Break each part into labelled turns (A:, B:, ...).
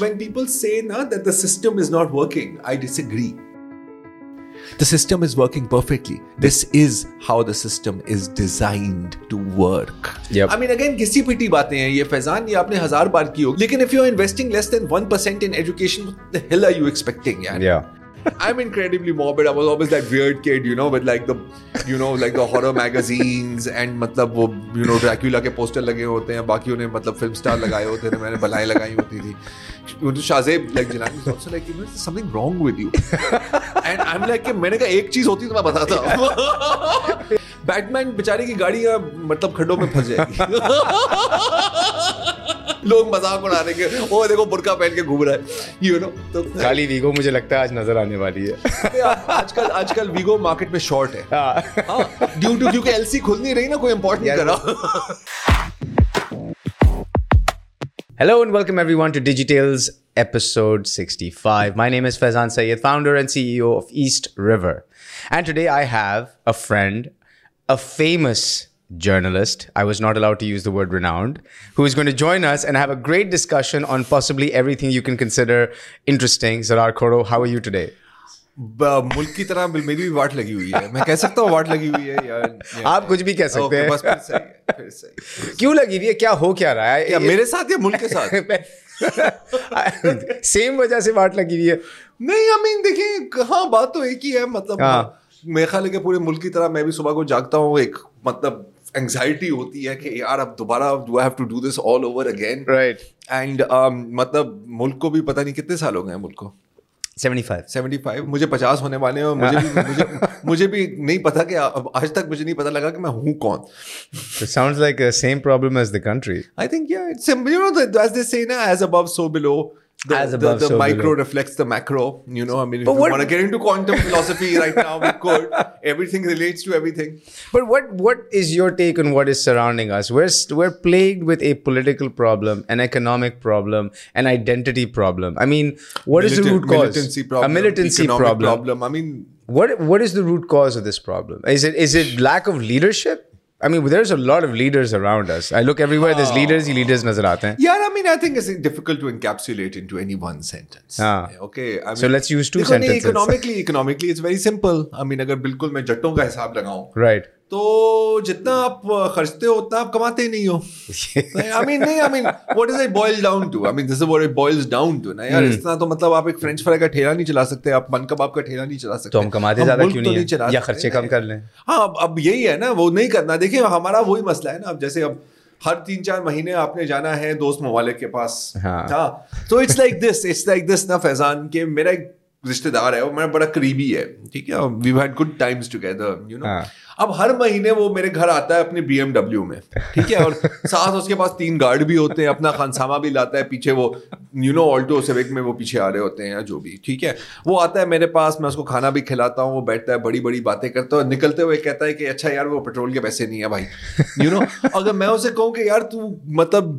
A: When people say na, that the system is not working, I disagree. The system is working perfectly. This is how the system is designed to work.
B: Yep.
A: I mean, again, किसी pity बातें हैं ये फैजान ये आपने हजार बार की होगी लेकिन if you're investing less than 1% in education, what the hell are you expecting, यार?
B: Yeah.
A: I'm incredibly morbid. I was always that weird kid, you know, with like the, you know, like the horror magazines and मतलब वो you know Dracula के poster लगे होते हैं बाकियों ने मतलब फिल्म स्टार लगाए होते थे मैंने भलाई लगाई होती थी You know, शाजेब like जनाब was also like you know there's something wrong with you and I'm like कि मैंने कहा एक चीज होती तो मैं बताता बैटमैन बेचारे की गाड़ी यहाँ, मतलब खड्डों में फंस जाएगी लोग मजाक उड़ा रहे हैं कि ओ देखो बुरका पहन के घूम रहा है यू नो तो
B: खाली वीगो मुझे लगता है आज नजर आने वाली है
A: अरे आप- आजकल आजकल वीगो मार्केट में शॉर्ट है
B: हाँ।
A: ड्यू टू क्योंकि एलसी खुल नहीं रही ना कोई इम्पोर्ट नहीं
B: यार,
A: कर रहा
B: Hello and welcome everyone to Digitales episode 65. My name is Faizan Sayed, founder and CEO of East River. And today I have a friend, a famous journalist, I was not allowed to use the word renowned, who is going to join us and have a great discussion on possibly everything you can consider interesting. Zarar Koro, how are you today?
A: ब- मुल्क की तरह मेरी भी वाट लगी हुई है मैं कह सकता हूँ वाट लगी हुई है यार
B: आप कुछ भी कह सकते
A: Okay,
B: हैं
A: बस फिर सही है फिर सही
B: क्यों लगी हुई है क्या हो क्या रहा है
A: या मेरे साथ या मुल्क के साथ
B: सेम वजह से वाट लगी हुई है
A: नहीं आई मीन देखिए हाँ बात तो एक ही है मतलब
B: हाँ।
A: मेरे ख्याल है कि पूरे मुल्क की तरह मैं भी सुबह को जागता हूँ एक मतलब एंग्जाइटी होती है कि यार अब दोबारा do I have to do this all over again
B: Right.
A: And मतलब मुल्क को भी पता नहीं कितने साल हो गए हैं मुल्क को
B: 75.
A: 75 मुझे 50 होने वाले हैं और मुझे भी
B: हाँ।
A: मुझे, मुझे भी नहीं पता कि अब आज तक मुझे नहीं पता लगा कि मैं हूँ कौन
B: It sounds like the same problem as the country.
A: I think या it's you know as they say ना as above so below the,
B: As
A: the,
B: above,
A: the
B: so
A: micro
B: below.
A: reflects the macro you know i mean if
B: But
A: you
B: what-
A: want to get into quantum philosophy right now we could everything relates to everything
B: But what what is your take on what is surrounding us? We're s- we're plagued with a political problem, an economic problem, an identity problem. I mean, what is the
A: Militant-
B: root cause?
A: militancy problem
B: a militancy
A: economic
B: problem.
A: i mean
B: What what is the root cause of this problem? Is it is it lack of leadership? I mean, there's a lot of leaders around us. I look everywhere. There's leaders. ही leaders nazar aate hain.
A: Yeah, I mean, I think it's difficult to encapsulate into any one sentence.
B: हाँ.
A: Okay. I mean,
B: So let's use two
A: देखो, नहीं,
B: sentences.
A: Economically, economically, it's very simple. I mean, अगर बिल्कुल मैं जट्टों का हिसाब लगाऊं
B: Right.
A: तो जितना आप खर्चते हो उतना आप कमाते ही नहीं हो आई मीन नहीं I mean what is it boils down to I mean this is what it boils down to ना यार
B: Hmm.
A: इतना तो मतलब आप एक फ्रेंच फ्राई का ठेला नहीं चला सकते आप मन कबाब का ठेला नहीं चला सकते
B: तो हम कमाते ज्यादा
A: मुल्क
B: क्यों
A: तो
B: नहीं,
A: चला
B: है? या
A: सकते
B: खर्चे
A: ना।
B: कम कर लें
A: हाँ अब अब यही है ना वो नहीं करना देखिए हमारा वही मसला है ना अब जैसे अब हर तीन चार महीने आपने जाना है दोस्त ममालिक के पास
B: हाँ।
A: तो it's like this it's like this ना फैजान के मेरा एक रिश्तेदार है वो मेरा बड़ा करीबी है ठीक है we had good times together you know
B: हाँ।
A: अब हर महीने वो मेरे घर आता है अपने बी में ठीक है और साथ उसके पास तीन गार्ड भी होते हैं अपना खानसामा भी लाता है पीछे वो यू नो ऑल्टो सेविक में वो पीछे आ रहे होते हैं या जो भी ठीक है वो आता है मेरे पास मैं उसको खाना भी खिलाता हूँ वो बैठता है बड़ी बड़ी बातें करता है और निकलते हुए कहता है कि अच्छा यार वो पेट्रोल के पैसे नहीं है भाई यू नो अगर मैं उसे कहूँ कि यार तू मतलब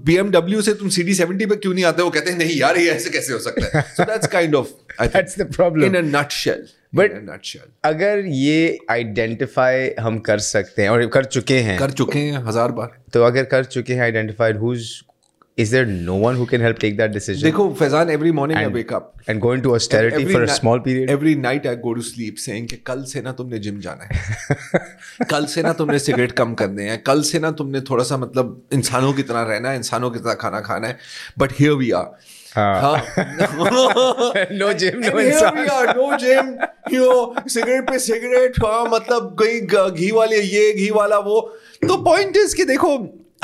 A: बी से तुम सी डी सेवेंटी पे क्यों नहीं आते वो कहते हैं नहीं यार ये ऐसे कैसे हो सकता है so that's kind of
B: That's the problem.
A: In a nutshell
B: But-
A: in a nutshell
B: अगर ये आइडेंटिफाई हम कर सकते हैं और कर चुके हैं
A: कर चुके हैं हजार बार
B: तो अगर कर चुके हैं identified whose is there no one who can help take that decision
A: देखो Faizan every morning I
B: And-
A: wake up
B: and go into austerity for a small period
A: every night I go to sleep saying कि कल से ना तुमने gym जाना है कल से ना तुमने सिगरेट कम करने हैं कल से ना तुमने थोड़ा सा मतलब इंसानों की तरह रहना है इंसानों की तरह खाना खाना है बट हियर वी आर
B: हाँ
A: हाँ।
B: नो जिम नो इंसान
A: नो जिम यो सिगरेट पे सिगरेट हाँ मतलब कहीं ग- घी वाले ये घी वाला वो तो पॉइंट इज कि देखो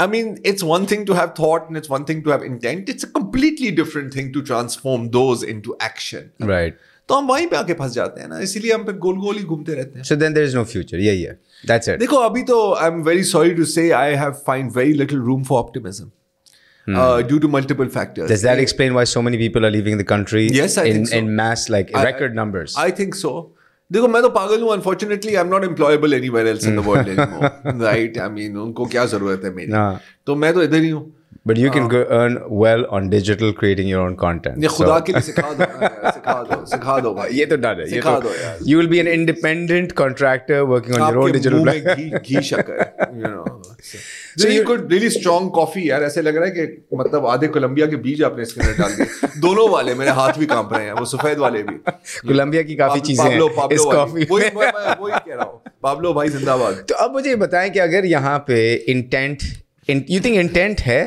A: I mean it's one thing to have thought and it's one thing to have intent it's a completely different thing to transform those into action
B: right
A: तो हम वहीं पे आके फंस जाते हैं ना इसीलिए हम फिर गोल गोल ही घूमते रहते हैं
B: so then there is no future यही है दैट्स इट
A: देखो अभी तो I am very sorry to say I have find very little room for optimism due to multiple factors
B: Does that explain why so many people are leaving the country
A: Yes, I
B: in,
A: think so.
B: in mass, like
A: I-
B: record numbers?
A: I think so. देखो मैं तो पागल हूँ unfortunately I am not employable anywhere else in the world right I mean उनको क्या जरूरत है मेरी
B: हाँ।
A: तो मैं तो इधर ही हूँ
B: But you can go earn well on digital creating your own content.
A: ये
B: So-
A: खुदा के लिए सिखा दो ना यार, सिखा दो सिखा दो भाई
B: ये तो डर है ये
A: सिखा
B: तो
A: दो यार
B: you will be an independent contractor working on your own
A: आपके
B: digital
A: मुंह
B: platform.
A: में घी घी शक्कर you know so you could really strong coffee यार ऐसे लग रहा है कि मतलब आधे कोलंबिया के बीज आपने इसके अंदर डाल दिए दोनों वाले मेरे हाथ भी कांप रहे हैं वो सफेद वाले भी
B: कोलंबिया की काफी
A: पाब-
B: चीजें
A: पाब्लो
B: हैं इस
A: पाब्लो वाली।
B: कॉफी
A: वही
B: में
A: मैं मैं वही कह रहा हूँ पाब्लो भाई जिंदाबाद
B: तो अब मुझे ये बताएं कि अगर यहाँ पे इंटेंट यू थिंक इंटेंट है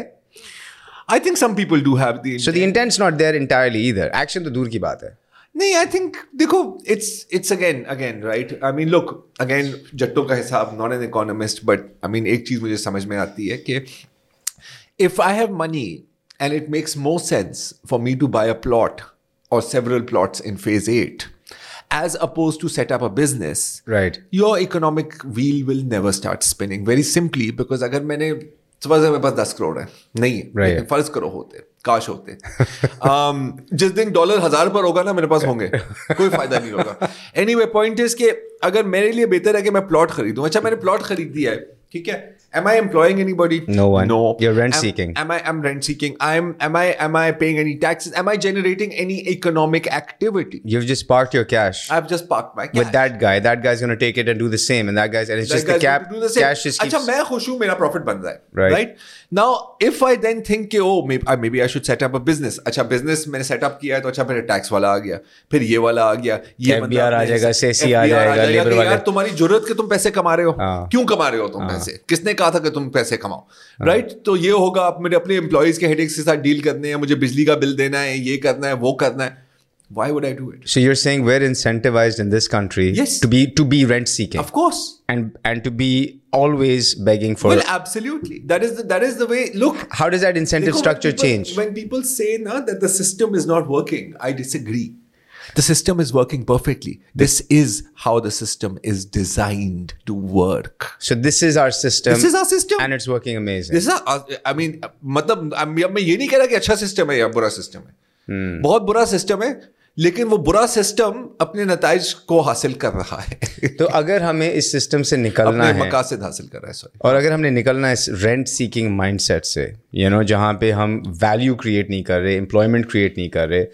A: I think some people do have the
B: so the intends not there entirely इधर एक्शन तो दूर की बात है
A: नहीं आई थिंक देखो it's it's again again right I mean look again जट्टो का हिसाब not an economist but I mean एक चीज मुझे समझ में आती है कि if I have money and it makes more sense for me to buy a plot or several plots in phase eight, as opposed to set up a business,
B: Right.
A: your economic wheel will never start spinning. Very simply, because अगर मैंने suppose मेरे पास 10 करोड़ है नहीं
B: Right.
A: लेकिन फर्ज करो होते काश होते um, जिस दिन डॉलर हजार पर होगा ना मेरे पास होंगे कोई फायदा नहीं होगा एनी वे पॉइंट इज के अगर मेरे लिए बेहतर है कि मैं प्लॉट खरीदूं अच्छा मैंने प्लॉट खरीद दिया है ठीक है am I employing anybody
B: No one.
A: no
B: You're rent
A: Am-
B: seeking.
A: am i am rent seeking i'm am i am i paying any taxes am i generating any economic activity
B: You've just parked your cash
A: i've just parked my cash
B: with that guy. That guy's going to take it and do the same, and that guy's and it's
A: That
B: just the
A: guy's
B: cap
A: going to do the same.
B: cash just keeps.
A: अच्छा मैं खुश हूँ मेरा profit बन रहा है
B: Right.
A: Right now if I then think कि oh maybe I should set up a business अच्छा बिजनेस मैंने सेटअप किया है तो अच्छा फिर टैक्स वाला आ गया फिर ये वाला आ गया ये बंदा
B: FBR आ
A: अपने-
B: जाएगा, SECI आ
A: FBR
B: जाएगा, labor
A: कि
B: वाले।
A: यार तुम्हारी जरूरत कि तुम पैसे कमा रहे हो
B: हाँ।
A: क्यों कमा रहे हो तुम पैसे किसने कहा था कि तुम पैसे
B: Ah.
A: कमाओ राइट तो ये होगा आप मेरे अपने एम्प्लॉयज के हेडेक्स के साथ डील करने हैं मुझे बिजली का बिल देना है ये करना है वो करना है why would I do it
B: so you're saying we're incentivized in this country
A: Yes.
B: to be to be rent seeking
A: of course
B: and and to be always begging for.
A: Well, absolutely. That is the that is the way. Look,
B: how does that incentive
A: Because
B: structure
A: when people,
B: change?
A: When people say na, that the system is not working, I disagree. The system is working perfectly. This is how the system is designed to work.
B: So this is our system.
A: This is our system.
B: Um, and it's working amazing.
A: This is our, uh, I mean, मतलब अब मैं- अब मैं ये नहीं कह रहा कि अच्छा सिस्टम है या बुरा सिस्टम है
B: Hmm.
A: बहुत बुरा सिस्टम है लेकिन वो बुरा सिस्टम अपने नतज को हासिल कर रहा है
B: तो अगर हमें इस सिस्टम से निकलना
A: अपने
B: है
A: मकासद हासिल कर रहा है सॉरी
B: और अगर हमने निकलना है इस रेंट सीकिंग माइंडसेट से यू you नो know, जहाँ पे हम वैल्यू क्रिएट नहीं कर रहे एम्प्लॉयमेंट क्रिएट नहीं कर रहे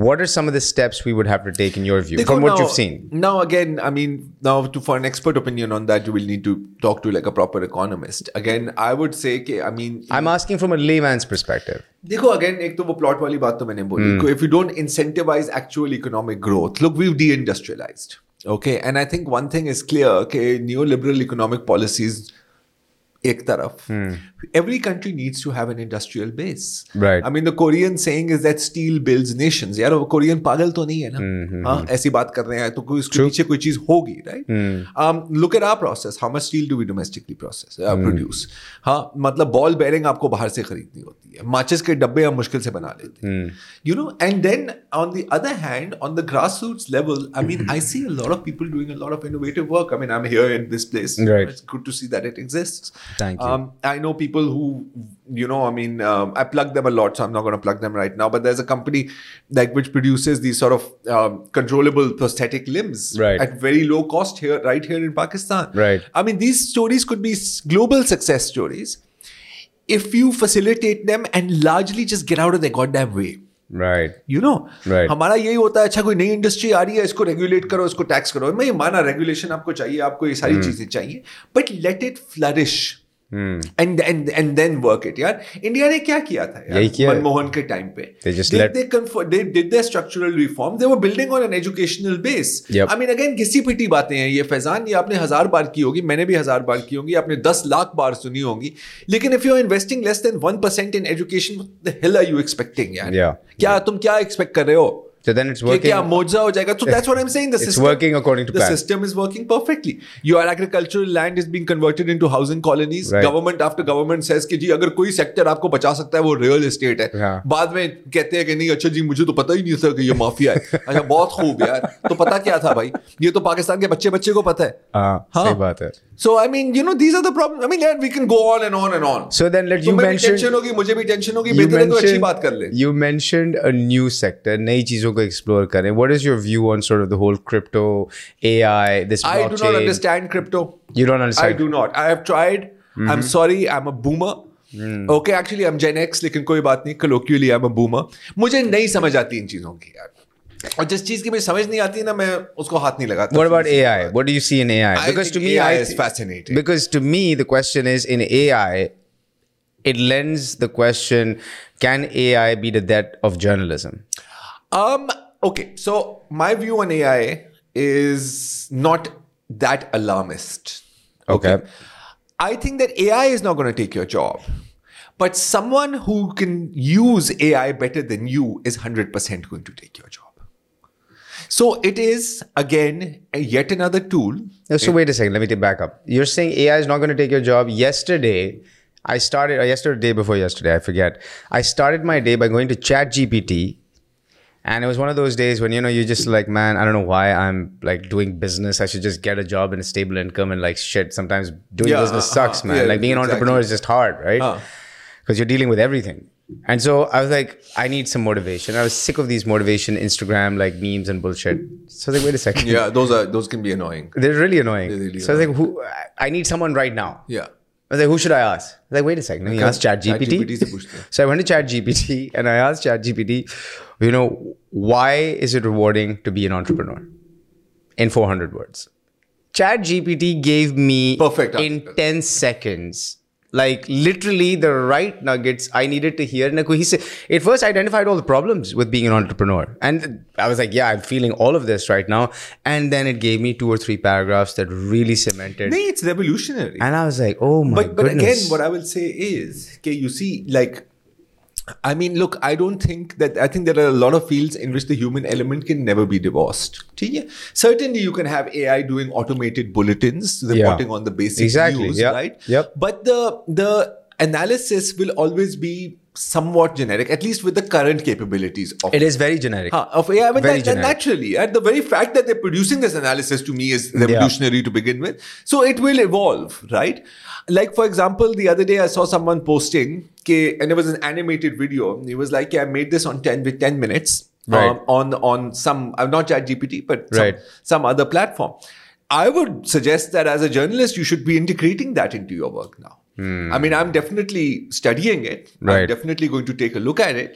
B: what are some of the steps we would have to take in your view
A: Because
B: from what
A: now,
B: you've seen
A: Now again, I mean, now to, for an expert opinion on that, you will need to talk to like a proper economist. Again, I would say, कि, I mean,
B: i'm asking from a layman's perspective
A: देखो again एक तो वो plot वाली बात तो मैंने
B: Hmm.
A: बोली if you don't incentivise actual economic growth look we D industrialised okay and I think one thing is clear कि न्यू लिबरल इकोनॉमिक पॉलिसीज एक तरफ
B: Hmm.
A: Every country needs to have an industrial base
B: Right.
A: I mean the Korean saying is that steel builds nations यार वो Korean पागल तो नहीं है
B: Hmm,
A: ना हाँ ऐसी बात कर रहे हैं तो कोई उसके पीछे कोई चीज होगी
B: Hmm.
A: Um, right look at our process how much steel do we domestically process
B: Hmm.
A: Produce uh, हाँ मतलब बॉल बेयरिंग आपको बाहर से खरीदनी होती है माचिस के डब्बे हम मुश्किल से बना लेते
B: Hmm.
A: हैं you know and then on the other hand on the grass roots level I mean I see a lot of people doing a lot of innovative work I mean I am here in this place
B: Right.
A: it's good to see that it exists.
B: Thank you.
A: Um, I know people who, you know, I mean, um, I plug them a lot, so I'm not going to plug them right now. But there's a company like which produces these sort of um, controllable prosthetic limbs
B: Right.
A: at very low cost here, right here in Pakistan.
B: Right.
A: I mean, these stories could be s- global success stories if you facilitate them and largely just get out of their goddamn way.
B: right
A: you know
B: Right.
A: हमारा यही होता है अच्छा कोई नई industry आ रही है इसको रेगुलेट करो इसको टैक्स करो मैं ये माना रेगुलेशन आपको चाहिए आपको ये
B: Hmm.
A: सारी चीजें चाहिए but let it flourish and and and then work it यार इंडिया ने क्या किया था यार
B: यही किया है।
A: मनमोहन के टाइम पे
B: They just
A: Did
B: let-
A: they confo- they did their structural reform they were building on an educational base
B: Yep.
A: i mean again घिसी पिटी बातें हैं ये फैजान ये आपने हजार बार की होगी मैंने भी हजार बार की होगी आपने दस लाख बार सुनी होगी लेकिन if you are investing less then 1% in education the hell are you expecting यार
B: Yeah.
A: क्या तुम क्या एक्सपेक्ट कर रहे हो
B: so then it's
A: कि
B: working
A: क्या मोजा हो जाएगा तो that's what I am saying the
B: It's
A: system
B: working according to
A: the
B: plan.
A: system is working perfectly your agricultural land is being converted into housing colonies
B: Right.
A: government after government says कि जी अगर कोई sector आपको बचा सकता है वो real estate है
B: हाँ।
A: बाद में कहते हैं कि नहीं अच्छा जी मुझे तो पता ही नहीं था कि ये माफिया है अच्छा बहुत खूब यार तो पता क्या था भाई ये तो पाकिस्तान के बच्चे बच्चे को पता है
B: हाँ, Ah, सही
A: हाँ।
B: बात है
A: So I mean, you know, these are the problems. I mean, yeah, we can go on and on and on.
B: So then let- you
A: तुम्हें भी
B: mentioned-
A: tension होगी, मुझे भी टेंशन होगी
B: you
A: बेहतर है कोई अच्छी बात कर ले
B: mentioned you mentioned a new sector नई चीजों को explore करें what is your view on sort of the whole crypto AI this
A: I
B: blockchain
A: do not understand crypto.
B: you don't
A: I
B: understand Mm-hmm.
A: do not. I have tried. I'm sorry. I'm a boomer.
B: Hmm.
A: Okay actually I am gen X लेकिन कोई बात नहीं colloquially I am a boomer मुझे नहीं समझ आती इन चीज़ों की यार और जिस चीज़ की मुझे समझ नहीं आती ना मैं उसको हाथ नहीं लगाता
B: What about AI? What do you see in AI?
A: I
B: because to
A: think
B: me,
A: AI
B: I
A: is
B: thi-
A: fascinating.
B: Because to me, the question is in AI, it lends the question: Can AI be the death of journalism?
A: Um, okay, so my view on AI is not that alarmist.
B: Okay.
A: I think that AI is not going to take your job. But someone who can use AI better than you is 100% going to take your job. So it is, again, yet another tool.
B: No, So wait a second. Let me take back up. You're saying AI is not going to take your job. Yesterday, I started. Or yesterday, day before yesterday, I forget. I started my day by going to ChatGPT, and it was one of those days when you know you're just like, man, I don't know why I'm like doing business. I should just get a job and a stable income and like shit. Sometimes doing
A: Yeah,
B: business
A: uh,
B: sucks,
A: uh,
B: man.
A: yeah,
B: like being an
A: exactly.
B: entrepreneur is just hard, right?
A: Uh.
B: because you're dealing with everything. And so I was like, I need some motivation. I was sick of these motivation Instagram like memes and bullshit. So I was like, wait a second,
A: Yeah, those are those can be annoying.
B: they're really annoying.
A: really
B: so I was like, who? I- I need someone right now.
A: Yeah.
B: I was like, who should I ask? I was like, wait a second, let me ask
A: ChatGPT से
B: ChatGPT.
A: पूछते हैं।
B: So I went to ChatGPT and I asked ChatGPT, you know, why is it rewarding to be an entrepreneur? In 400 words, ChatGPT gave me
A: Perfect
B: in
A: answer.
B: 10 seconds. Like literally the right nuggets I needed to hear. And like, he said, it first identified all the problems with being an entrepreneur. And I was like, yeah, I'm feeling all of this right now. And then it gave me two or three paragraphs that really cemented.
A: Nee, it's revolutionary.
B: And I was like, oh my
A: but but
B: goodness.
A: again, what I will say is, okay, you see, like, I mean, look, I don't think that I think there are a lot of fields in which the human element can never be divorced. ठीक है? Certainly, you can have AI doing automated bulletins reporting on the basic
B: Exactly,
A: news,
B: yeah,
A: right?
B: yep.
A: But the the analysis will always be somewhat generic, at least with the current capabilities of
B: it is very generic.
A: Huh, of AI, but
B: Very
A: that, that
B: generic.
A: naturally, right? the very fact that they're producing this analysis to me is revolutionary to begin with. So it will evolve, right? Like for example, the other day I saw someone posting, okay, and it was an animated video. It was like, yeah, I made this on ten with ten minutes
B: Right.
A: um, on on some, I'm not ChatGPT, but some,
B: Right.
A: some other platform. I would suggest that as a journalist, you should be integrating that into your work now. I mean, I'm definitely studying it. I'm
B: Hmm. Right.
A: definitely going to take a look at it.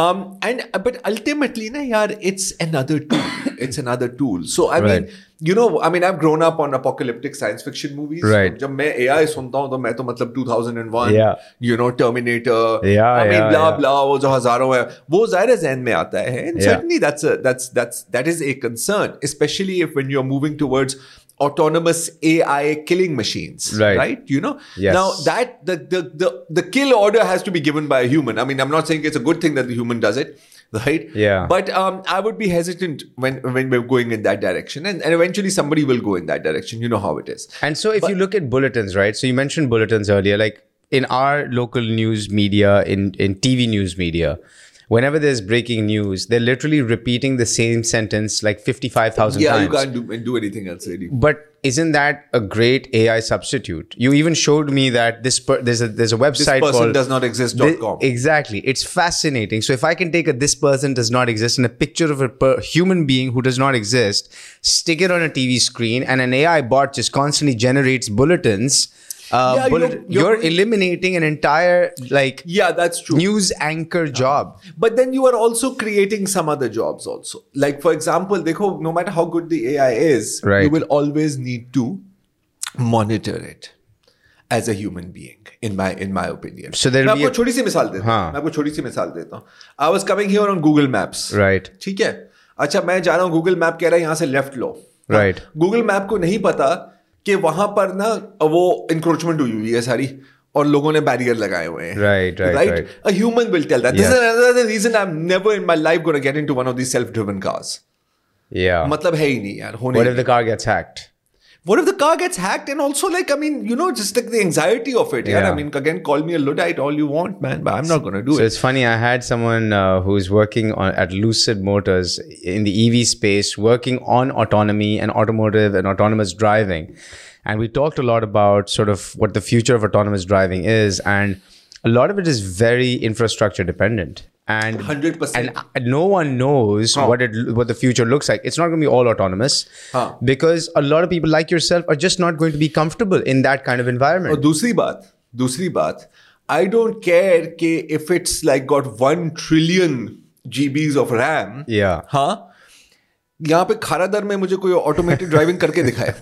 A: Um, and but ultimately, na, yaar, it's another tool. it's another tool. So I
B: Right.
A: mean, you know, I mean, I've grown up on apocalyptic science fiction movies.
B: Right.
A: जब मैं AI सुनता हूँ तो मैं तो मतलब 2001,
B: Yeah.
A: you know, Terminator.
B: Yeah,
A: I mean,
B: yeah,
A: blah
B: yeah.
A: blah, वो जो हजारों है, वो ज़ाहिर है ज़हन में आता है. And
B: Yeah.
A: certainly that's a that's that's that is a concern, especially if when you're moving towards autonomous AI killing machines.
B: Right.
A: Right. You know.
B: Yes.
A: Now that the, the the the kill order has to be given by a human. I mean, I'm not saying it's a good thing that the human does it, right?
B: Yeah.
A: But um, I would be hesitant when when we're going in that direction, and, and eventually somebody will go in that direction. You know how it is.
B: And so, if you look at bulletins, right? So you mentioned bulletins earlier. Like in our local news media, in in TV news media, whenever there's breaking news, they're literally repeating the same sentence like fifty five thousand
A: Yeah,
B: times.
A: you can't do do anything else really.
B: but isn't that a great AI substitute? You even showed me that this per- there's a there's a website
A: Person
B: called
A: does not exist.
B: Thi-
A: dot com.
B: exactly. It's fascinating. So if I can take a this person does not exist and a picture of a per- human being who does not exist, stick it on a TV screen, and an AI bot just constantly generates bulletins. Uh,
A: Yeah,
B: bullet-
A: you're-
B: you're,
A: you're-
B: eliminating an entire like
A: yeah, that's true.
B: news anchor job.
A: But then you are also creating some other jobs also. Like for example, dekho, no matter how good the AI is, you
B: Right.
A: will always need to monitor it as a human being in my in my opinion.
B: So there'll
A: मैं
B: be
A: आपको
B: a-
A: छोटी सी मिसाल देता हूँ
B: हाँ।
A: मैं आपको छोटी सी मिसाल देता हूँ I was coming here on Google maps
B: Right.
A: ठीक है अच्छा मैं जा रहा हूँ गूगल मैप कह रहा है यहाँ से लेफ्ट लो
B: Right.
A: गूगल मैप को नहीं पता कि वहां पर ना वो इंक्रोचमेंट हुई हुई है सारी और लोगों ने बैरियर लगाए हुए हैं
B: Right, right, right.
A: A human will tell that. This
B: Yes.
A: is another reason I'm never in my life going to get into one of these self-driven cars.
B: Yeah.
A: मतलब है ही नहीं यार होने
B: What if the car gets hacked?
A: What if the car gets hacked and also like I mean you know just like the anxiety of it yeah.
B: Yeah.
A: I mean again call me a luddite all you want man but I'm not going to do
B: So
A: it.
B: it's funny. I had someone uh, who's working on at Lucid Motors in the EV space, working on autonomy and automotive and autonomous driving, and we talked a lot about sort of what the future of autonomous driving is, and a lot of it is very infrastructure dependent. And
A: 100%.
B: and and no one knows what it what the future looks like. It's not going to be all autonomous
A: Huh.
B: because a lot of people like yourself are just not going to be comfortable in that kind of environment.
A: और दूसरी बात दूसरी बात I don't care कि if it's like got one trillion GBs of RAM
B: Yeah.
A: हाँ यहाँ पे खारादर में मुझे कोई ऑटोमेटिक ड्राइविंग करके दिखाए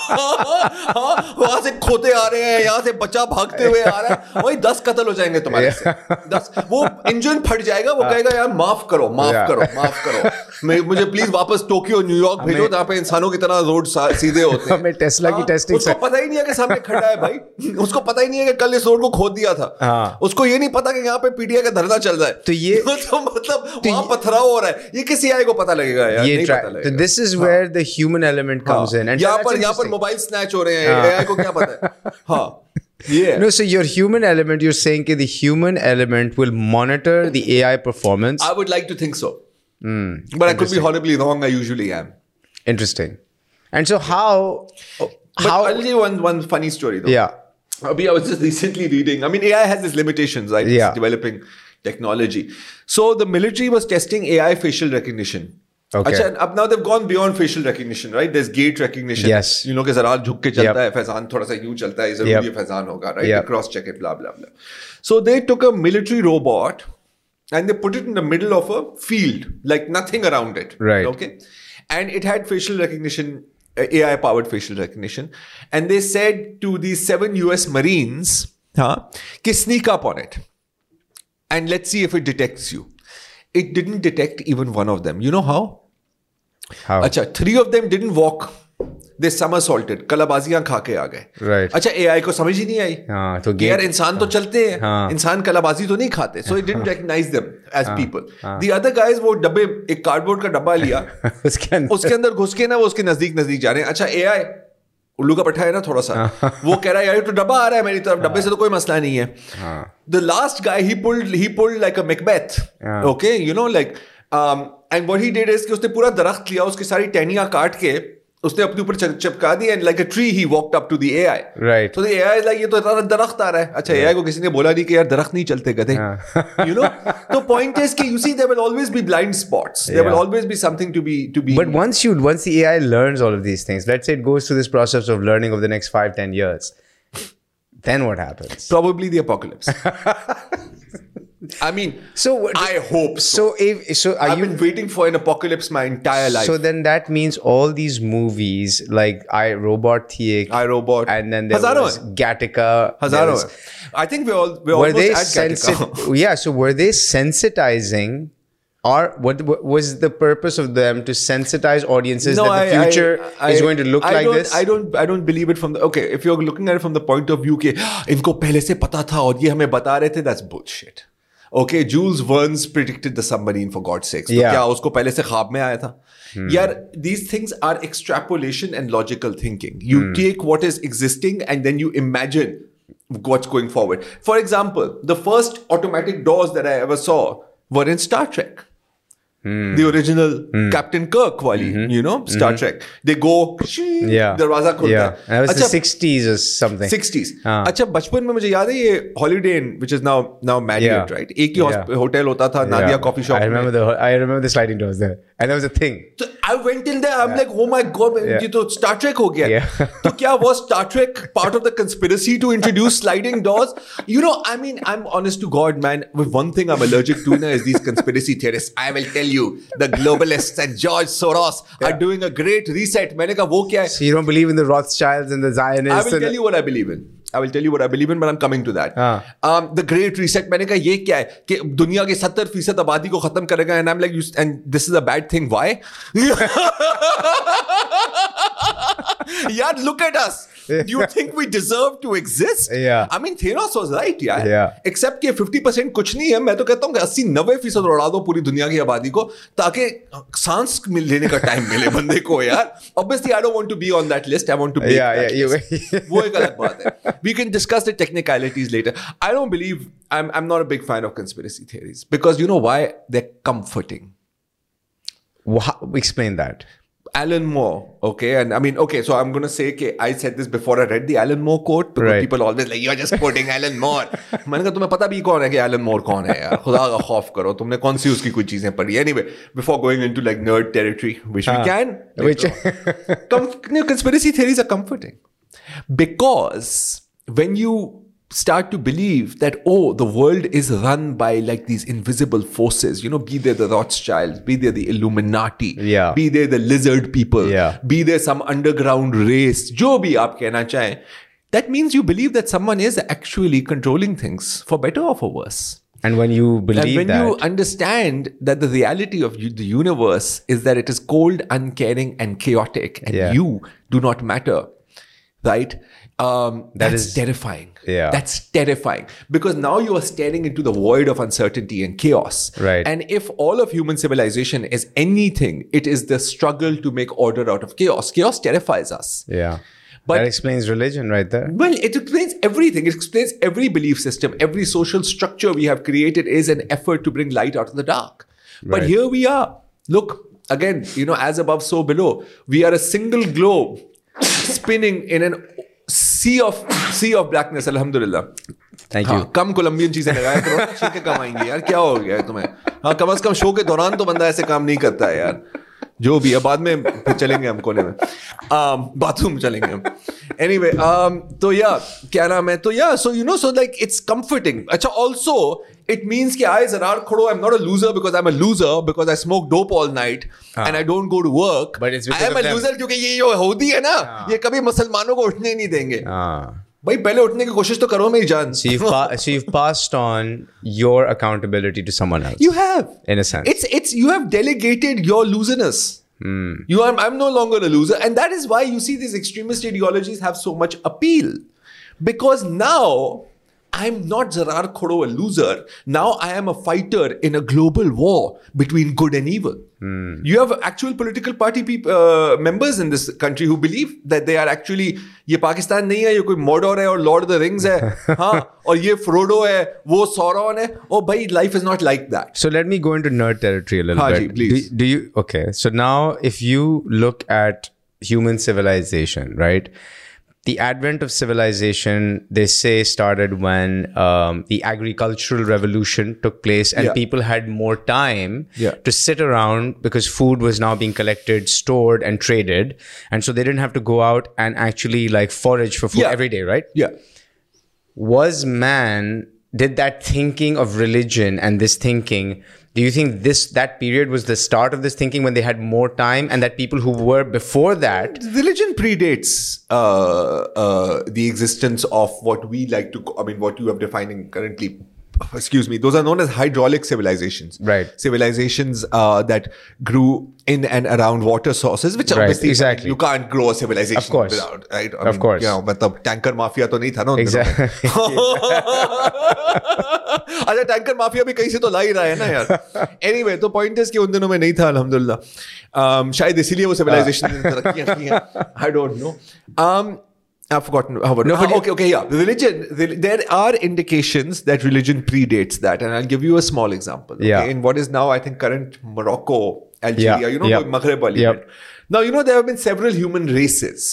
A: हाँ वहां से खोते आ रहे हैं यहाँ से बचा भागते हुए आ रहा है वही दस कत्ल हो जाएंगे तुम्हारे से दस वो इंजन फट जाएगा वो कहेगा यार माफ करो माफ
B: हाँ। Yeah.
A: करो माफ करो मैं मुझे प्लीज वापस टोक्यो न्यूयॉर्क भेजो जहाँ पे इंसानों की तरह रोड सीधे होते हैं
B: हमें टेस्ला की
A: हाँ,
B: टेस्टिंग
A: उसको
B: से
A: पता ही नहीं है कि सामने खड़ा है भाई उसको पता ही नहीं है कि कल इस रोड को खोद दिया था
B: हाँ।
A: उसको ये नहीं पता कि यहाँ पे पीटीआई का धरना चल रहा है
B: तो ये-
A: तो मतलब वहाँ पथराव हो रहा है ये किसी आई को पता लगेगा यार
B: ये
A: नहीं
B: try-
A: पता
B: तो
A: लगेगा हाँ।
B: this is where the human element comes in and
A: यहाँ
B: that's
A: पर यहाँ पर
B: interesting. हाँ।
A: मोबाइल स्नैच हो रहे हैं आई को क्या पता है हाँ ये
B: no so your human element you're saying कि the human element will monitor the AI performance
A: I would like to think so
B: Hmm.
A: But I could be horribly wrong I usually am
B: interesting and so how
A: Oh, But
B: how
A: I'll tell you one one funny story though.
B: yeah
A: Abhi, I was just recently reading. I mean, AI has its limitations, right?
B: Yeah.
A: It's developing technology. So the military was testing AI facial recognition.
B: Okay.
A: Achha, and ab now they've gone beyond facial recognition, right? There's gait recognition.
B: Yes.
A: You know, कि जरार झुक के
B: Yep.
A: चलता है फैजान थोड़ा सा यूं चलता है जरूर
B: Yep.
A: ये फैजान होगा right
B: Yep.
A: they cross check it blah blah blah so they took a military robot and they put it in the middle of a field like nothing around it
B: Right.
A: okay and it had facial recognition uh, ai powered facial recognition and they said to these seven us marines huh, ki sneak up on it and let's see if it detects you it didn't detect even one of them you know how
B: how
A: अच्छा three of them didn't walk they somersaulted कलाबाजियां खा के आ गए
B: Right.
A: अच्छा AI को समझ ही नहीं आई
B: हाँ, तो
A: कि यार
B: game-
A: इंसान तो चलते हैं
B: हाँ।
A: इंसान कलाबाजी तो नहीं खाते so it didn't recognise them as people
B: हाँ।
A: द अदर गाइस वो डब्बे एक कार्डबोर्ड का डब्बा लिया
B: उसके अंदर
A: उसके अंदर घुस के ना वो उसके नजदीक नजदीक जा रहे हैं अच्छा एआई उल्लू का पट्टा है ना थोड़ा सा
B: हाँ।
A: वो कह रहा है यार ये तो डब्बा आ रहा है मेरी तरफ डब्बे से तो कोई मसला नहीं है
B: हाँ, हाँ।
A: the last guy he pulled he pulled like a Macbeth.
B: Yeah.
A: Okay, you know like um, and what he did is कि उसने पूरा दरख्त लिया उसकी सारी टहनियां काट के उसने अपने ऊपर चप- चिपका दी and like a tree he walked up to the AI
B: Right.
A: तो द एआई लाइक ये तो इतना दरख्त आ रहा है अच्छा एआई को किसी ने बोला नहीं कि यार दरख्त नहीं चलते गधे
B: हाँ।
A: यू नो तो पॉइंट इज कि you see there will always be blind spots there
B: Yeah.
A: Will always be something to be to be
B: But once you once the AI learns all of these things, let's say it goes through this process of learning over the next five, ten years, then what happens?
A: probably the apocalypse i mean
B: So what-
A: i hope so,
B: so if so are
A: i've
B: you
A: been waiting for an apocalypse my entire life
B: so then that means all these movies like I Robot Thiek
A: I Robot.
B: and then there
A: हजारों
B: was
A: हैं।
B: Gattaca. there
A: हजारों
B: was-
A: हैं। I think we're all we're
B: Were
A: almost
B: they
A: at Gattaca.
B: sensi- Yeah, so were they sensitizing or what what was the purpose of them to sensitize audiences that the future is going to look
A: I
B: like
A: don't,
B: this?
A: I don't I don't believe it from the okay if you're looking at it from the point of view के इनको पहले से पता था और ये हमें बता रहे थे that's bullshit. Okay, Jules Verne's predicted the submarine for God's sake.
B: Yeah. Hmm.
A: Yeah. क्या उसको पहले से ख्वाब में आया था यार these things are extrapolation and logical thinking. You
B: Hmm.
A: take what is existing and then you imagine what's going forward. For example, the first automatic doors that I ever saw were in Star Trek. the original
B: Hmm.
A: Captain Kirk wali, you know, Star Trek. They go, shing,
B: Mm-hmm. yeah.
A: दरवाजा खुलता
B: yeah. And
A: है
B: it was
A: अच्छा,
B: the 60s or something.
A: 60s.
B: हाँ.
A: अच्छा बचपन में मुझे याद है ये Holiday Inn, which is now now Marriott,
B: Yeah.
A: right? एक ही
B: Yeah.
A: हॉस्प- होटल होता था Nadia coffee
B: I
A: shop
B: remember
A: में.
B: the I remember the sliding doors there, and that was a thing.
A: तो I went in there, I'm like, oh my god, man,
B: Yeah.
A: ये तो Star Trek हो गया.
B: Yeah.
A: तो क्या was Star Trek part of the conspiracy to introduce sliding doors? You know, I mean, I'm honest to God, man. With one thing I'm allergic to now is these conspiracy theorists. I will tell you, the globalists and George Soros are doing a great reset. मैंने कहा वो क्या है?
B: So you don't believe in the Rothschilds and the Zionists?
A: I will
B: and
A: tell you what I believe in. I will tell you what I believe in, but I'm coming to that.
B: हाँ.
A: Um, the Great Reset. मैंने कहा ये क्या है कि दुनिया के 70 फीसद आबादी को खत्म करेगा and I am like you and this is a bad thing why यार look at us you think we deserve to exist
B: Yeah.
A: i mean thanos was right यार
B: Yeah.
A: except कि 50% कुछ नहीं है मैं तो कहता हूँ कि 80 90 फीसद उड़ा दो पूरी दुनिया की आबादी को ताकि uh, सांस मिल- लेने का टाइम मिले बंदे को यार obviously i don't want to be on that list i want to be
B: yeah,
A: that
B: yeah, you,
A: list. वो एक अलग बात है we can discuss the technicalities later I don't believe I am I am not a big fan of conspiracy theories because you know why they comforting
B: Wha- explain that.
A: Alan Moore, okay, and I mean, okay, so I'm gonna say, okay, I said this before I read the Alan Moore quote because
B: Right.
A: people always like you're just quoting Alan Moore. मैंने कहा तुम्हें पता भी कौन है कि Alan Moore कौन है यार खुदा का खौफ करो तुमने कौन सी उसकी कोई चीजें पढ़ी anyway before going into like nerd territory which we can
B: Ah. Which
A: Comf- no, conspiracy theories are comforting because when you start to believe that oh the world is run by like these invisible forces you know be they the rothschilds be they the illuminati
B: Yeah.
A: be they the lizard people
B: Yeah.
A: be there some underground race jo bhi aap kehna chaheं that means you believe that someone is actually controlling things for better or for worse
B: And when you believe
A: and when
B: that,
A: you understand that the reality of you, the universe is that it is cold, uncaring, and chaotic, and
B: Yeah.
A: you do not matter, right? Um, that's
B: is-
A: terrifying.
B: Yeah.
A: that's terrifying because now you are staring into the void of uncertainty and chaos.
B: Right.
A: And if all of human civilization is anything, it is the struggle to make order out of chaos. Chaos terrifies us.
B: yeah,
A: But-
B: that explains religion right there.
A: Well, it explains everything. It explains every belief system, every social structure we have created is an effort to bring light out of the dark. But
B: Right.
A: here we are. Look, again, you know, as above, so below. We are a single globe spinning in an sea of sea of blackness, alhamdulillah.
B: Thank
A: हाँ,
B: you.
A: कम Colombian चीजें लगाया करो छीके कमाएंगे यार क्या हो गया है तुम्हें हाँ कम से कम शो के दौरान तो बंदा ऐसे काम नहीं करता है यार जो भी है बाद में फिर चलेंगे हम कोने में बाथरूम चलेंगे हम एनीवे तो या क्या नाम है तो या so you know so like it's comforting अच्छा ऑल्सो इट मीन्स कि आई जरार खड़ो I am not a loser because I am a loser because I smoke dope all night and I don't go to work
B: हाँ। But it's because
A: I am
B: of
A: a
B: them. हाँ।
A: Loser क्योंकि ये जो होती है ना ये कभी मुसलमानों को उठने ही नहीं देंगे
B: Ah.
A: भाई पहले उठने की कोशिश तो करो मेरी जान
B: So you've, pa- so you've passed on your accountability to someone else,
A: You have.
B: in a sense.
A: It's it's you have delegated your loserness. You are I'm no longer a loser. And that is why you see these extremist ideologies have so much appeal. Because now I'm not Zarar Khoro a loser. Now I am a fighter in a global war between good and evil. You have actual political party peop- uh, members in this country who believe that they are actually ये पाकिस्तान नहीं है ये कोई Mordor है और Lord the Rings है हाँ और ये फ्रोडो है वो सौरॉन है ओ भाई life is not like that
B: So let me go into nerd territory a little
A: Haji,
B: bit.
A: please.
B: Do, do you okay? So now, if you look at human civilization, right? The advent of civilization, they say, started when um, the agricultural revolution took place, and
A: Yeah.
B: people had more time
A: Yeah.
B: to sit around because food was now being collected, stored, and traded, and so they didn't have to go out and actually like forage for food
A: Yeah.
B: every day, right?
A: Yeah.
B: was man did that thinking of religion and this thinking do you think this that period was the start of this thinking when they had more time and that people who were before that
A: Religion predates uh, uh, the existence of what we like to, I mean, what you are defining currently. Excuse me. Those are known as hydraulic civilizations.
B: Right.
A: Civilizations uh, that grew in and around water sources, which
B: Right,
A: obviously
B: exactly.
A: you can't grow a civilization
B: Of course.
A: without, right? I
B: Of course.
A: You know, मतलब tanker mafia तो नहीं था ना उन दिनों में। अच्छा tanker mafia भी कहीं से तो ला ही रहा है ना यार एनीवे तो पॉइंट इज कि उन दिनों में नहीं था अल्हम्दुलिल्लाह um, शायद इसीलिए वो सिविलाइजेशन ने तरक्कियां की हैं I don't know um I've forgotten how about no, okay, okay, yeah. Religion. rel- There are indications that religion predates that, and I'll give you a small example. okay?
B: Yeah.
A: In what is now, I think, current Morocco, Algeria,
B: Yeah,
A: you know,
B: yeah.
A: the Maghreb element.
B: Yep.
A: Now, you know, there have been several human races.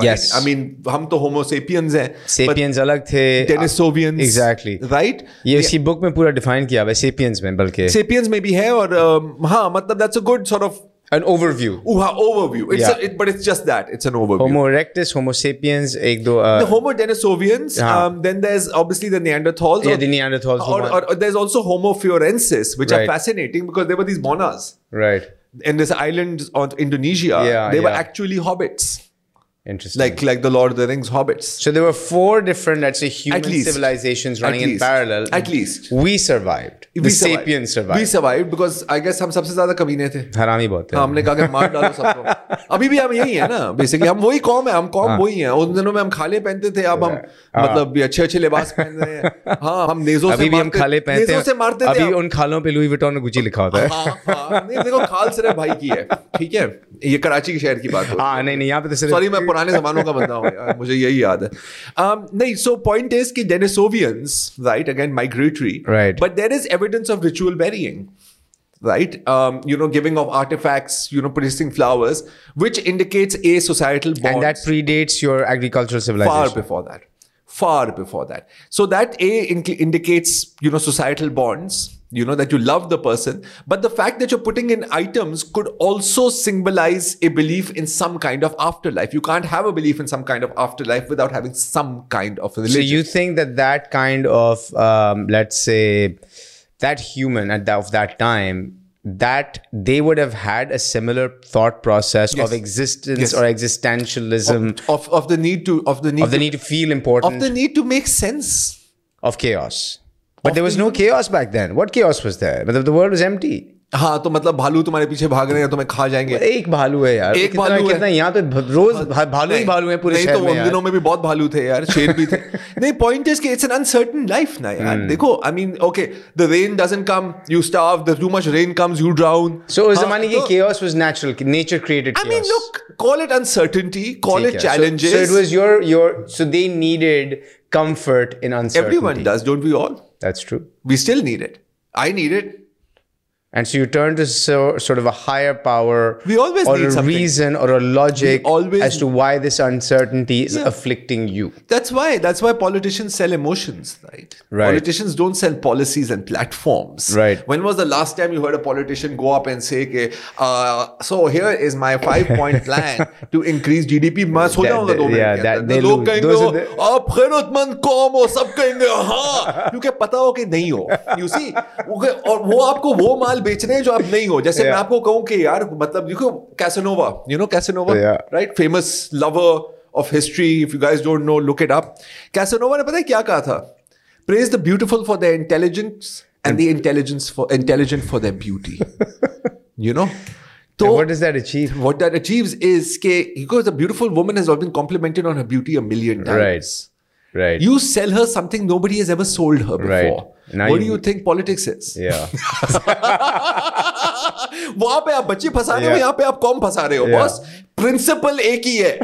A: right?
B: Yes.
A: I mean, हम तो Homo sapiens हैं. but
B: sapiens alag the
A: Denisovians.
B: uh, Exactly.
A: Right?
B: ये इसी book में पूरा define किया हुआ है sapiens में बल्कि
A: Sapiens में भी है और um, हाँ मतलब that's a good sort of
B: an overview
A: ooh, हाँ, overview. It's
B: Yeah.
A: a, it, but it's just that. It's an overview.
B: homo erectus homo sapiens एक दो uh,
A: the Homo Denisovians.
B: हाँ.
A: Um, then there's obviously the Neanderthals.
B: Yeah, the Neanderthals,
A: Or,
B: Homo-
A: or, or there's also Homo fiorensis, which are
B: Right.
A: fascinating because they were these monas
B: right
A: in this island on Indonesia.
B: Yeah,
A: they were
B: yeah.
A: actually hobbits,
B: interesting
A: like like the Lord of the Rings hobbits.
B: so there were four different let's say human
A: At least.
B: civilizations
A: At
B: running in
A: least.
B: parallel
A: At least.
B: we survived the sapiens
A: We
B: survived
A: survived because I guess हम सबसे ज्यादा कमीने थे.
B: harami बहुत है
A: हाँ, हमने कहा कि मार डालो सबको अभी भी हम यही है ना बेसिकली हम वही कौम है हम कौम
B: हाँ।
A: वही है उन दिनों में हम खाले पहनते थे अब हम मतलब अच्छे अच्छे लिबास पहन रहे हैं हाँ हम नेजों से
B: अभी भी हम
A: मारते-
B: खाले पहनते
A: नेजों से
B: हैं
A: मारते थे
B: अभी
A: हम।
B: उन खालों पे लुई विटॉन और गुची लिखा होता है
A: हाँ हाँ नहीं, देखो खाल सिर्फ भाई की है ठीक है ये कराची के शहर की बात हो रही है।
B: हाँ नहीं नहीं यहाँ पे तो सिर्फ
A: सॉरी मैं पुराने जमानों का बंदा हूँ यार मुझे यही याद है um, नहीं सो पॉइंट इज कि Denisovans right again migratory
B: Right.
A: But there is evidence of ritual burying Right, um, you know, giving of artifacts, you know, producing flowers, which indicates a societal bond
B: and that predates your
A: far
B: agricultural civilization.
A: before that, far before that. So that a inc- indicates, you know, societal bonds. you know that you love the person but the fact that you're putting in items could also symbolize a belief in some kind of afterlife you can't have a belief in some kind of afterlife without having some kind of
B: So
A: religion
B: you think that that kind of, um, let's say, that human at that, of that time, that they would have had a similar thought process of existence
A: Yes.
B: or existentialism,
A: of, of the need to of the need
B: of the need to feel important,
A: of the need to make sense
B: of chaos. But there was no chaos back then. What chaos was there? But the, the world was empty.
A: हाँ तो मतलब भालू तुम्हारे पीछे भाग रहे हैं तुम्हें खा जाएंगे
B: एक भालू है यार
A: एक
B: कितना-
A: भालू है।
B: कितना यहाँ तो भ- रोज भा- भालू ही
A: नहीं,
B: भालू है पूरे
A: नहीं
B: शहर
A: तो
B: में
A: उन
B: यार
A: दिनों में भी बहुत भालू थे यार शेर भी थे नहीं पॉइंट इज कि इट्स एन अनसर्टेन लाइफ ना
B: Hmm.
A: यार देखो I mean okay the rain doesn't come you starve the too much rain comes you drown
B: So उस जमाने की chaos was natural. कि Nature created
A: हाँ, तो, I
B: chaos.
A: mean, look, call it uncertainty, call
B: Take
A: it
B: care. So-
A: challenges.
B: So, it was your your. So they needed comfort in uncertainty.
A: Everyone does, don't we all?
B: That's true.
A: We still need it. I need it.
B: And so you turn to so, sort of a higher power.
A: We always
B: or
A: need
B: a
A: something.
B: reason or a logic
A: We always-
B: as to why this uncertainty is afflicting you.
A: That's why. That's why politicians sell emotions, right?
B: Right.
A: Politicians don't sell policies and platforms.
B: Right.
A: When was the last time you heard a politician go up and say, "Okay, uh, so here is my five-point plan to increase GDP"? मैं सोचा
B: That-
A: होगा दो
B: that-
A: minute
B: yeah,
A: के
B: that-
A: अंदर। तो
B: they
A: लोग
B: lose.
A: कहेंगे
B: Those
A: वो,
B: are the-
A: आप खैरतमंद कौम हो सब कहेंगे हाँ क्योंकि पता हो कि नहीं हो यू सी और वो आपको वो माल बेच रहे हैं जो आप नहीं हो जैसे मैं
B: Yeah.
A: आपको कहूँ कि यार मतलब देखो Casanova you know Casanova
B: Yeah.
A: Right famous lover of history if you guys don't know look it up Casanova ने पता है क्या कहा था praise the beautiful for the intelligence and the intelligence for intelligent for the beauty you know
B: And
A: तो
B: what does that achieve?
A: what that achieves is ke, because a beautiful woman has always been complimented on her beauty a million times.
B: Right. Right.
A: You sell her something nobody has ever sold her before.
B: Right. Now
A: what
B: you-
A: do you think politics is?
B: yeah.
A: वहां पे आप बच्चे फंसा रहे हो
B: Yeah.
A: यहाँ पे आप कौन फंसा रहे हो
B: Yeah.
A: बॉस प्रिंसिपल एक ही है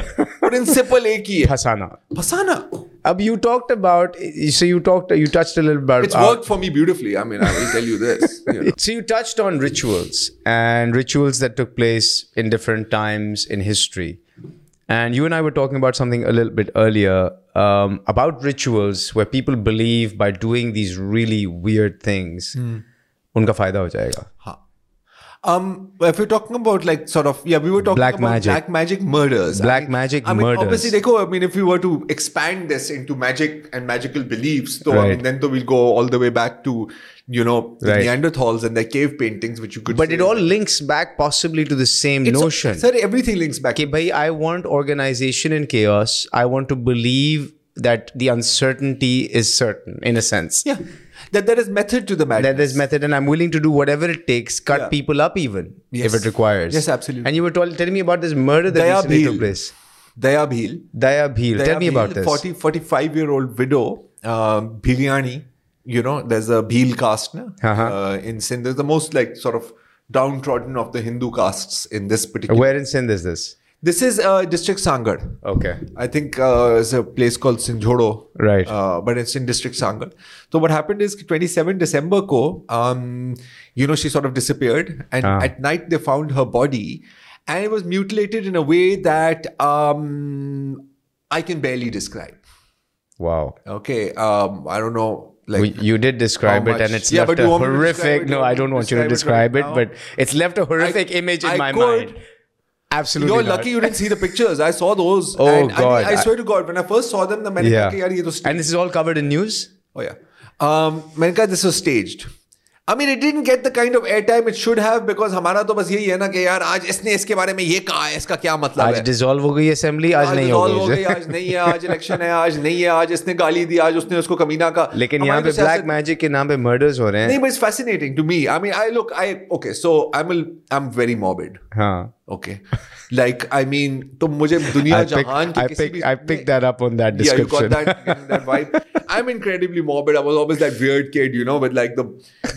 A: प्रिंसिपल एक ही है
B: Hasana.
A: फंसाना
B: Ab, you talked about. So you talked. You touched a little about.
A: It's
B: our-
A: work for me beautifully I mean I will tell you this
B: So you touched on rituals and rituals that took place in different times in history. And you and I were talking about something a little bit earlier um, about rituals where people believe by doing these really weird things,
A: Hmm.
B: unka फायदा हो जाएगा.
A: Um, if we're talking about like sort of yeah, we were talking
B: Black
A: about
B: magic.
A: black magic murders.
B: Black magic
A: I mean,
B: murders.
A: Obviously, they go. I mean, if we were to expand this into magic and magical beliefs, so I mean,
B: Right.
A: then though we'll go all the way back to you know the
B: Right.
A: Neanderthals and their cave paintings, which you could.
B: But
A: say-
B: it all links back possibly to the same
A: It's-
B: notion.
A: Sir, everything links back.
B: कि भाई I want organisation in chaos. I want to believe that the uncertainty is certain in a sense.
A: Yeah, that there is method to the
B: that
A: madness.
B: there's method and I'm willing to do whatever it takes, cut
A: Yeah.
B: people up even
A: Yes.
B: if it requires.
A: Yes, absolutely.
B: And you were told, telling me about this murder that
A: Daya
B: recently took
A: Bheel.
B: place.
A: Daya Bheel.
B: Daya Bheel. Tell me about this.
A: 40, 45 year old widow, um, Bhiliani, you know, there's a Bhil caste na,
B: Uh-huh.
A: uh, in Sindh. There's the most like sort of downtrodden of the Hindu castes in this particular.
B: Where in Sindh is this?
A: This is uh, District Sangar.
B: Okay.
A: I think uh, it's a place called Sinjoro.
B: Right.
A: Uh, but it's in District Sangar. So what happened is 27 December ko, um, you know, she sort of disappeared. And
B: Ah.
A: at night they found her body and it was mutilated in a way that um, I can barely describe.
B: Wow.
A: Okay. Um, I don't know. Like,
B: We- you did describe
A: How
B: it and
A: much?
B: it's
A: Yeah,
B: left
A: but you
B: a
A: want me to describe
B: horrific.
A: it? You
B: No,
A: want
B: I
A: me to
B: don't want you to
A: describe
B: describe
A: it
B: it,
A: right
B: but it's left a horrific image in
A: I
B: my
A: could-
B: mind. Absolutely.
A: you're
B: not.
A: lucky you didn't see the pictures. I saw those.
B: Oh,
A: and
B: God.
A: I, I swear to God, when I first saw them, the मैंने
B: Yeah.
A: कहा कि यार ये तो staged
B: And this is all covered in news?
A: Oh yeah. Um, मैंने कहा this was staged. I mean, it didn't get the kind of airtime it should have because हमारा तो बस यही है ना कि यार आज इसने इसके बारे में ये कहा है इसका क्या मतलब
B: आज
A: है
B: dissolve हो गई assembly, आज नहीं
A: dissolve हो
B: हो
A: गई,
B: गई.
A: आज नहीं है आज इलेक्शन है आज नहीं है आज इसने गाली दी आज उसने उसको कमीना का तो
B: लेकिन यहाँ पे ब्लैक मैजिक के नाम पे मर्डर्स हो रहे हैं.
A: नहीं but fascinating to me I mean I look I okay so I am I am very morbid
B: हाँ.
A: ओके लाइक आई मीन तो मुझे दुनिया
B: I pick,
A: जहान
B: I
A: की किसी
B: pick,
A: भी
B: I picked that up on that
A: Yeah, you
B: description.
A: got that, that vibe. I'm incredibly morbid. I was always that weird kid, you know, with like the,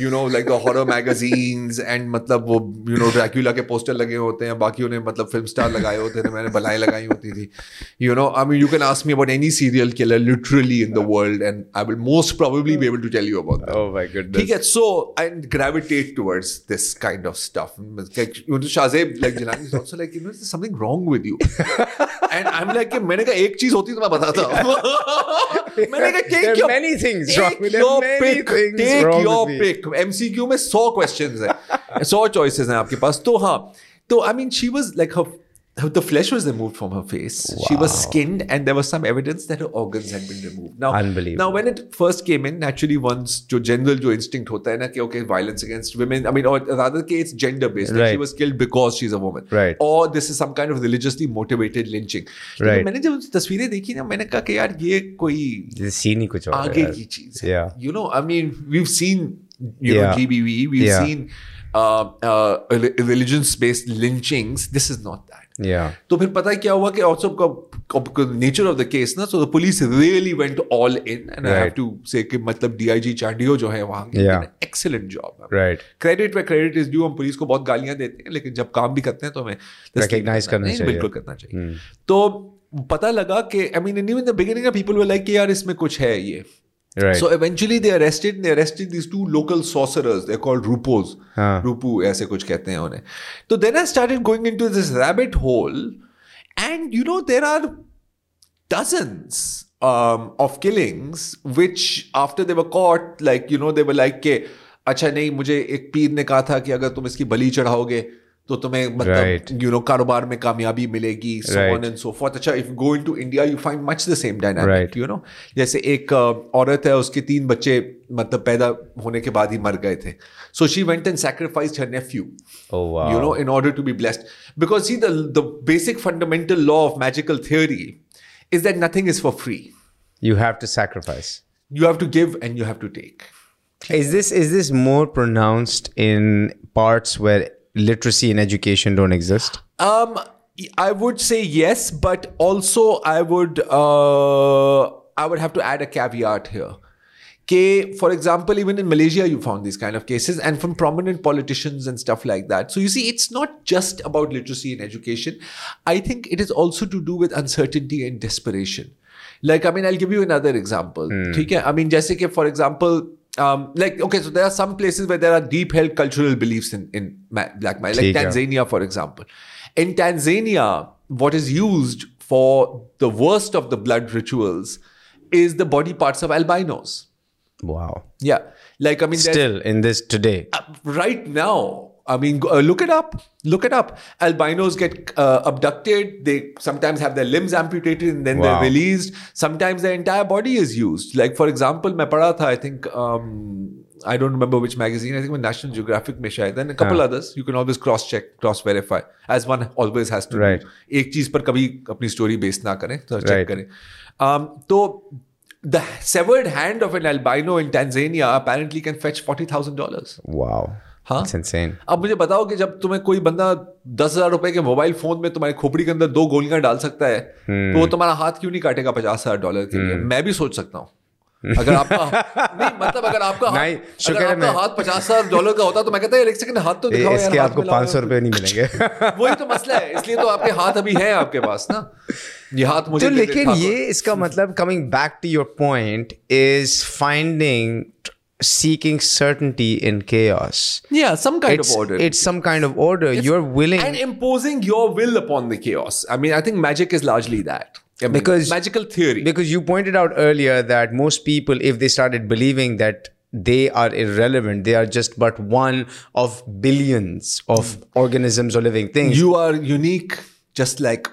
A: you know, like the horror magazines and मतलब वो you know Dracula के poster लगे होते हैं बाकियों ने मतलब film star लगाए होते थे मैंने भलाई लगाई होती थी you know I mean you can ask me about any serial killer literally in the world and I will most probably be able to tell you about that.
B: oh my goodness.
A: ठीक है सो and gravitate towards this kind of stuff like you know Shazib like Jilani is also like you know there's something wrong with you and I'm like कि मैंने कहा एक चीज होती तो मैं बताता मैंने कहा
B: There
A: take
B: are
A: your
B: many things wrong
A: take
B: with- there are
A: your
B: many
A: pick
B: things
A: take
B: wrong
A: your
B: with me.
A: Pick MCQ में 100 क्वेश्चंस हैं 100 चॉइसेस हैं आपके पास तो हाँ तो I mean she was like her her- The flesh was removed from her face. She was skinned, and there was some evidence that her organs had been removed. Now,
B: Unbelievable.
A: Now, when it first came in, naturally, one's जो general जो instinct होता है ना कि okay, violence against women. I mean, or rather, कि it's gender based. Like
B: Right.
A: she was killed because she's a woman.
B: Right.
A: Or this is some kind of religiously motivated lynching. लेकिन
B: Right.
A: मैंने जब तस्वीरें देखी ना मैंने कहा कि यार ये कोई
B: सीन ही कुछ और है
A: आगे
B: यार।
A: की चीज
B: Yeah.
A: You know I mean we seen you know
B: Yeah.
A: GBV we
B: Yeah.
A: Seen uh, religion based lynchings this is not that
B: Yeah.
A: तो फिर पता है क्या हुआ कि also nature of the case ना so the police really went all in and I have
B: Right.
A: To say कि मतलब डीआईजी चांडियो जो है वहां
B: Yeah.
A: Excellent job
B: Right.
A: Credit पे क्रेडिट इज ड्यू हम पुलिस को बहुत गालियां देते हैं लेकिन जब काम भी करते हैं तो हमें this thing
B: Recognize करना
A: नहीं,
B: चाहिए। Hmm.
A: बिल्कुल करना चाहिए तो पता लगा कि I mean in the beginning people were like यार इसमें कुछ है ये
B: Right.
A: So eventually they arrested they arrested these two local sorcerers. They're called Rupos.
B: हाँ.
A: Rupu ऐसे कुछ कहते हैं उन्हें. So then I started going into this rabbit hole, and you know there are dozens um, of killings which after they were caught, like you know they were like के अच्छा नहीं मुझे एक पीर ने कहा था कि अगर तुम इसकी बलि चढ़ाओगे तो तुम्हें
B: Right.
A: मतलब यू नो कारोबार में कामयाबी मिलेगी so
B: Right.
A: on and so forth अच्छा if go into India you find much the same dynamic
B: Right.
A: You know जैसे एक uh, औरत है उसके तीन बच्चे मतलब पैदा होने के बाद ही मर गए थे so she went and sacrificed her nephew
B: oh wow.
A: you know in order to be blessed because see the the basic fundamental law of magical theory is that nothing is for free
B: you have to sacrifice.
A: you have to give and you have to take
B: Is this is this more pronounced in parts where literacy and education don't exist?
A: Um, I would say yes, but also I would uh, I would have to add a caveat here. K, for example, even in Malaysia, you found these kind of cases, and from prominent politicians and stuff like that. So you see, it's not just about literacy and education. I think it is also to do with uncertainty and desperation. Like, I mean, I'll give you another example. ठीक है? I mean, जैसे कि, for example, um, like, okay, so there are some places where there are deep held cultural beliefs in, in ma- black magic, like
B: ठीक है।
A: Tanzania. Tanzania, for example. In Tanzania, what is used for the worst of the blood rituals is the body parts of albinos.
B: Wow.
A: Yeah. Like, I mean, there's- Uh,
B: Still in this today.
A: right now, I mean, go- uh, look it up. Look it up. Albinos get uh, abducted. They sometimes have their limbs amputated and then
B: Wow.
A: they're released. Sometimes their entire body is used. Like, for example, मैं पढ़ा था, I think, um, I don't remember which magazine, I think it was National Geographic में शायद, and a couple others. You can always cross check, cross verify, as one always has to
B: Right.
A: do. एक चीज पर कभी अपनी story base ना करें तो चेक
B: Right.
A: करें um, तो the severed hand of an albino in Tanzania apparently can fetch $40,000.
B: Wow.
A: Huh?
B: It's insane.
A: हाँ? अब मुझे बताओ कि जब तुम्हें कोई बंदा दस हजार रुपए के मोबाइल फोन में तुम्हारी खोपड़ी के अंदर दो गोलियां डाल सकता है
B: हम्म।
A: तो वो तुम्हारा हाथ क्यों नहीं काटेगा पचास हजार डॉलर के लिए मैं भी सोच सकता हूँ अगर आपका नहीं मतलब अगर आपका
B: नहीं,
A: हाथ,
B: शुक्र
A: अगर
B: है
A: आपका
B: मैं-
A: हाथ पचास हजार डॉलर का होता तो मैं कहता यार एक सेकंड हाथ तो
B: ए-
A: दिखाओ यार
B: इसके
A: हाथ
B: आपको
A: मिलाओ
B: पाँच सौ
A: यार।
B: रुपये नहीं मिलेंगे
A: वही तो मसला है इसलिए तो आपके हाथ अभी है आपके पास ना ये हाथ मुझे
B: तो
A: दे दे
B: लेकिन
A: ठाकुर।
B: ये इसका मतलब coming back to your point is finding seeking certainty in chaos
A: yeah some kind
B: it's,
A: of order
B: it's some kind of order you're willing
A: and imposing your will upon the chaos. I mean, I think magic is largely that. I mean,
B: Because-
A: magical theory.
B: Because you pointed out earlier that most people, if they started believing that they are irrelevant, they are just but one of billions of organisms or living things.
A: you are unique, just like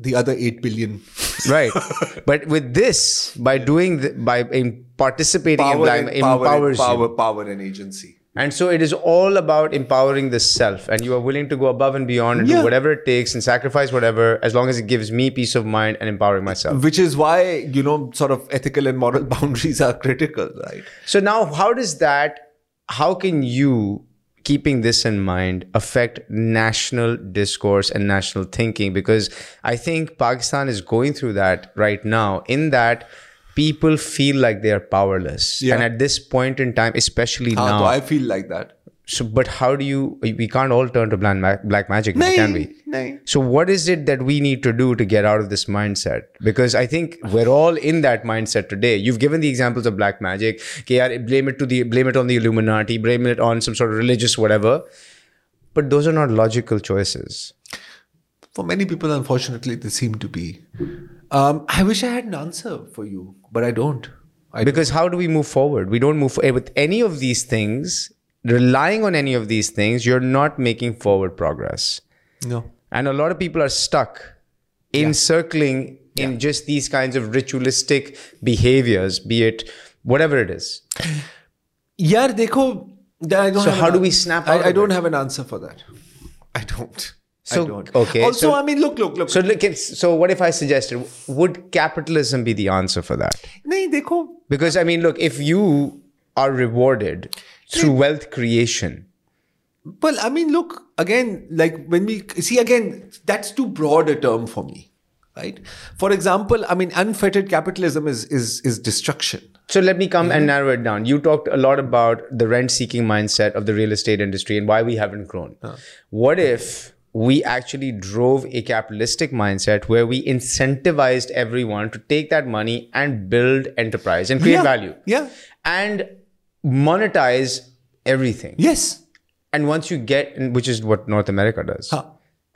A: the other eight billion.
B: right. But with this, by doing, the, by in participating in
A: Power,
B: Lime,
A: and power,
B: empowers
A: and power,
B: you.
A: power, and agency.
B: And so it is all about empowering the self. And you are willing to go above and beyond and do
A: Yeah.
B: whatever it takes and sacrifice whatever, as long as it gives me peace of mind and empowering myself.
A: Which is why you know, sort of ethical and moral boundaries are critical, right?
B: So now, how does that? How can you, keeping this in mind, affect national discourse and national thinking? Because I think Pakistan is going through that right now. In that, people feel like they are powerless,
A: Yeah.
B: and at this point in time, especially
A: Ah,
B: now.
A: so I feel like that.
B: so, but how do you? We can't all turn to black, ma- black magic, now, can we?
A: Nahin.
B: So, what is it that we need to do to get out of this mindset? Because I think we're all in that mindset today. You've given the examples of black magic. Okay, yeah, blame it to the blame it on the Illuminati, blame it on some sort of religious whatever. But those are not logical choices.
A: for many people, unfortunately, they seem to be. Um, I wish I had an answer for you, but I don't. I
B: Because how do we move forward? We don't move forward with any of these things. Relying on any of these things, you're not making forward progress.
A: no.
B: And a lot of people are stuck in circling in just these kinds of ritualistic behaviors, be it whatever it is.
A: Yeah, dekho. I don't
B: So
A: have
B: how
A: an
B: do we
A: an-
B: snap
A: I,
B: out
A: I
B: of
A: don't
B: it?
A: have an answer for that. I don't.
B: So,
A: I don't.
B: okay,
A: Also,
B: so-
A: I mean, look, look, look.
B: So look, it's, so what if I suggested would capitalism be the answer for that?
A: नहीं देखो
B: Because I mean, look, if you are rewarded through wealth creation,
A: Well, I mean, look, again, like when we see, again, that's too broad a term for me, right? For example, I mean, unfettered capitalism is is is destruction.
B: so let me come
A: Mm-hmm.
B: and narrow it down. You talked a lot about the rent-seeking mindset of the real estate industry and why we haven't grown.
A: Ah.
B: What if we actually drove a capitalistic mindset where we incentivized everyone to take that money and build enterprise and create
A: Yeah,
B: value?
A: yeah.
B: And monetize everything.
A: Yes.
B: And once you get, in- which is what North America does.
A: Huh.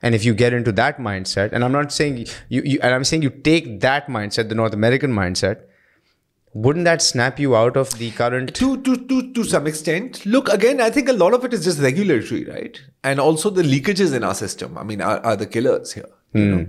B: And if you get into that mindset, and I'm not saying you, you, and I'm saying you take that mindset, the North American mindset, wouldn't that snap you out of the current?
A: To, to to to some extent. Look, again, I think a lot of it is just regulatory, right? And also the leakages in our system. I mean, are, are the killers here. You know?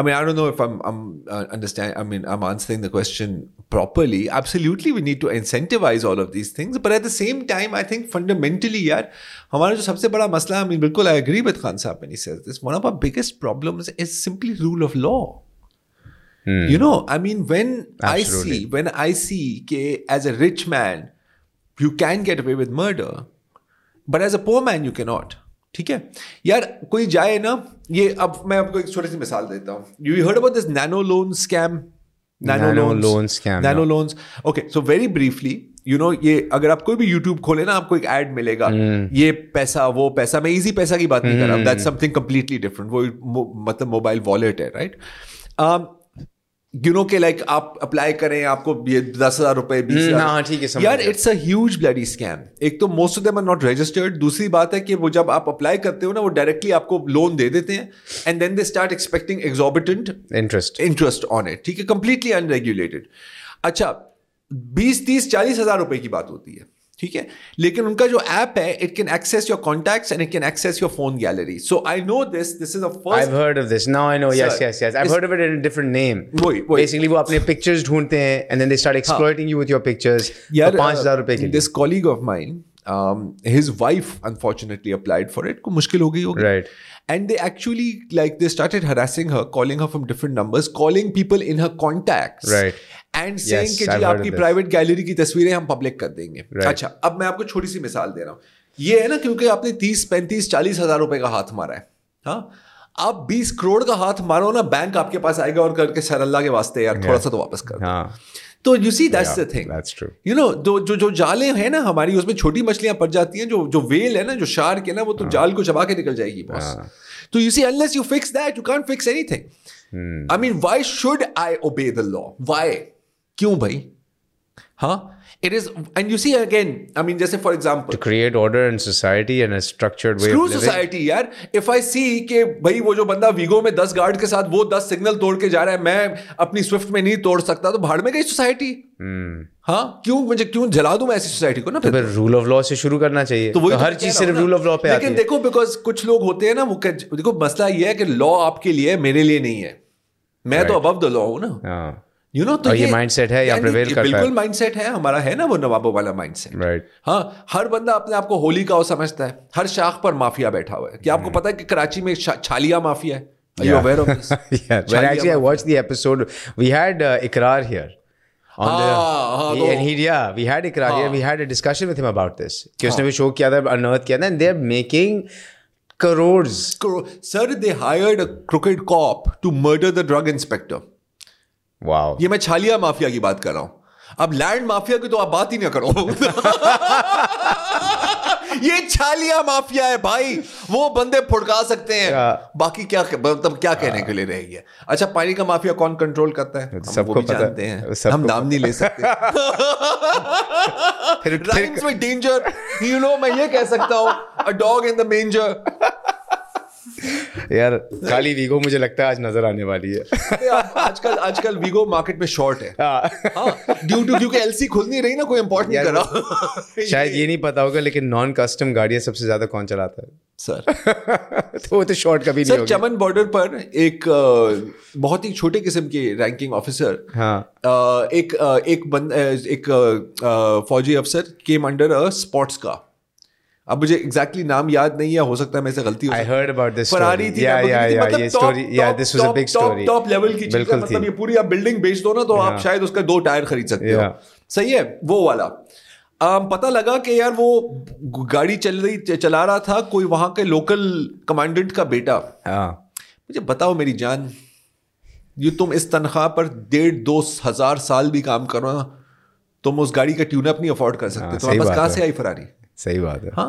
A: I mean, I don't know if I'm I'm uh, understand. I mean, I'm answering the question properly. Absolutely, we need to incentivize all of these things, but at the same time, I think fundamentally, यार हमारा जो सबसे बड़ा मसला, I mean, बिल्कुल I agree with Khan Saab when he says this. One of our biggest problems is simply rule of law. You know, I mean, when I
B: Hmm. Absolutely.
A: see, when I see, ke, as a rich man, you can get away with murder, but as a poor man, you cannot. ठीक है यार कोई जाए ना ये अब मैं आपको एक छोटी सी मिसाल देता हूँ you heard about this nano loan scam
B: Nano loan scam,
A: nano loans okay so very briefly you know ये अगर आप कोई भी यूट्यूब खोले ना आपको एक एड मिलेगा
B: Hmm.
A: ये पैसा वो पैसा मैं इजी पैसा की बात नहीं कर रहा हूँ दैट समथिंग कंप्लीटली डिफरेंट वो मो- मतलब मोबाइल वॉलेट है Um, राइट यू नो के लाइक आप अप्लाई करें आपको ये दस हजार रुपए बीस
B: हम्म, हाँ, ठीक है,
A: हजार
B: समझ
A: यार
B: गया।
A: It's a huge bloody scam एक तो most of them are not registered दूसरी बात है कि वो जब आप अप्लाई करते हो ना वो डायरेक्टली आपको लोन दे देते हैं and then they start expecting exorbitant
B: Interest.
A: Interest on it ठीक है कंप्लीटली अनरेगुलेटेड अच्छा बीस तीस चालीस हजार रुपए की बात होती है ठीक है लेकिन उनका जो ऐप है it can access your contacts and it can access your phone gallery so I know this this is a
B: I've
A: first
B: heard of this. Now I know. Yes,
A: Sir,
B: yes, yes. I've
A: it's-
B: heard of it in a different name.
A: वही वही
B: Basically, वो अपने pictures ढूंढते हैं and then they start exploiting you with your pictures.
A: Yeah,
B: तो 5000 रुपए के लिए.
A: uh, this colleague of mine, um, his wife unfortunately applied for it. को मुश्किल हो गई होगी.
B: Right.
A: And they actually like they started harassing her, calling her from different numbers, calling people in her contacts.
B: Right.
A: And saying
B: Yes,
A: कि जी
B: I've heard
A: आपकी
B: of this.
A: Private gallery की तस्वीरें हम पब्लिक कर देंगे
B: Right.
A: अच्छा अब मैं आपको छोटी सी मिसाल दे रहा हूँ ये है ना क्योंकि आपने तीस पैंतीस चालीस हजार रुपए का हाथ मारा है हाँ आप बीस करोड़ का हाथ मारो ना बैंक आपके पास आएगा और करके सर अल्लाह के वास्ते यार थोड़ा सा तो वापस कर दो।
B: हाँ.
A: तो you see that's
B: Yeah,
A: the thing
B: that's true.
A: You know जो जो जो जाले हैं ना हमारी उसमें छोटी मछलियां पड़ जाती हैं जो जो वेल है ना जो शार्क है ना वो
B: हाँ।
A: तो जाल को चबा के निकल जाएगी बॉस तो you see unless you fix that you can't fix
B: hmm.
A: Anything I mean why should I obey the law why क्यों भाई हाँ it is and you see again I mean जैसे for example
B: To create order in society and a structured way
A: screw
B: of living.
A: Society यार if I see के भाई वो जो बंदा वीगो में दस गार्ड के साथ वो दस सिग्नल तोड़ के जा रहा है मैं अपनी स्विफ्ट में नहीं तोड़ सकता तो भाड़ में गई सोसाइटी हाँ क्यों मुझे क्यों जला दूं मैं ऐसी सोसाइटी को ना फिर
B: हम्म। तो फिर रूल ऑफ लॉ से शुरू करना चाहिए तो,
A: वही
B: हर
A: मैं
B: चीज
A: कह रहा
B: सिर्फ
A: हूं
B: रूल
A: ना।
B: ऑफ लॉ पे आती
A: लेकिन
B: है
A: देखो बिकॉज कुछ लोग होते हैं ना वो कह- देखो मसला ये है कि लॉ आपके लिए है, मेरे लिए नहीं है मैं तो अबव द लॉ हूं ना
B: हाँ
A: यू नो तो
B: और ये mindset है, यहाँ
A: यानी
B: prevail
A: ये
B: करता है।
A: बिल्कुल माइंडसेट है हमारा है ना वो नवाबों वाला माइंडसेट
B: राइट
A: हाँ हर बंदा अपने आप को होली का वो समझता है हर शाख पर माफिया बैठा हुआ है कि आपको पता है कि कराची में छा- छालिया माफिया है Are you
B: Mm. Yeah.
A: aware of this?
B: yeah but
A: Charlie
B: actually i watched the episode we had uh, ikrar here on
A: Ah, हाँ, तो-
B: the,
A: Ah.
B: he, and he yeah we had ikrar here we had a discussion with him about this कि उसने भी show किया था अनर्थ किया था and they're making crores
A: Cro- Sir, they hired a crooked cop to murder the drug inspector.
B: wow
A: ये मैं छालिया माफिया की बात कर रहा हूं अब लैंड माफिया की तो आप बात ही ना करो ये छालिया माफिया है भाई वो बंदे फुड़का सकते हैं
B: Yeah.
A: बाकी क्या मतलब
B: हाँ।
A: क्या कहने के लिए रहेगी अच्छा पानी का माफिया कौन कंट्रोल करता है हम
B: सबको
A: वो भी
B: पता-
A: जानते हैं
B: सबको
A: हम नाम नहीं ले सकते
B: फिर
A: rhymes with danger you know मैं ये कह सकता हूं a dog in the manger
B: यार खाली वीगो मुझे लगता है आज नजर आने वाली है
A: आजकल आजकल वीगो मार्केट में शॉर्ट है
B: हाँ।
A: ड्यू टू क्योंकि एलसी खुल नहीं रही ना कोई इम्पोर्ट नहीं
B: यार,
A: कर रहा
B: शायद ये नहीं पता होगा लेकिन नॉन कस्टम गाड़ियां सबसे ज्यादा कौन चलाता
A: सर
B: है तो वो तो शॉर्ट कभी नहीं
A: सर
B: होगी
A: चमन बॉर्डर पर एक अ, बहुत ही छोटे किस्म के रैंकिंग ऑफिसर
B: हाँ
A: अ, एक अ, एक बंद अ, एक अ, अ, फौजी अफसर केम अंडर अ स्पोर्ट्स का अब मुझे एग्जैक्टली नाम याद नहीं है हो सकता है मेरे से गलती हो
B: I heard about this
A: Ferrari थी
B: या
A: Lamborghini
B: या
A: थी,
B: या
A: मतलब
B: ये
A: top-
B: स्टोरी या
A: top-
B: this was a
A: top-
B: big
A: top-
B: story
A: top level की चीज है
B: बिल्कुल
A: मतलब
B: थी
A: ये पूरी आप बिल्डिंग बेच दो ना तो आप
B: Yeah.
A: शायद उसका दो टायर खरीद सकते
B: Yeah.
A: हो सही है वो वाला अम, पता लगा कि यार वो गाड़ी चल रही चला रहा था कोई वहां के लोकल कमांडेंट का बेटा
B: हाँ
A: मुझे बताओ मेरी जान ये तुम इस तनख्वाह पर डेढ़ दो हजार साल भी काम करो ना तुम उस गाड़ी का ट्यूनअप नहीं अफोर्ड कर सकते
B: हाँ,
A: तुम्हारे पास
B: सही बात
A: कहाँ
B: है।
A: से आई फरारी
B: सही बात है
A: हाँ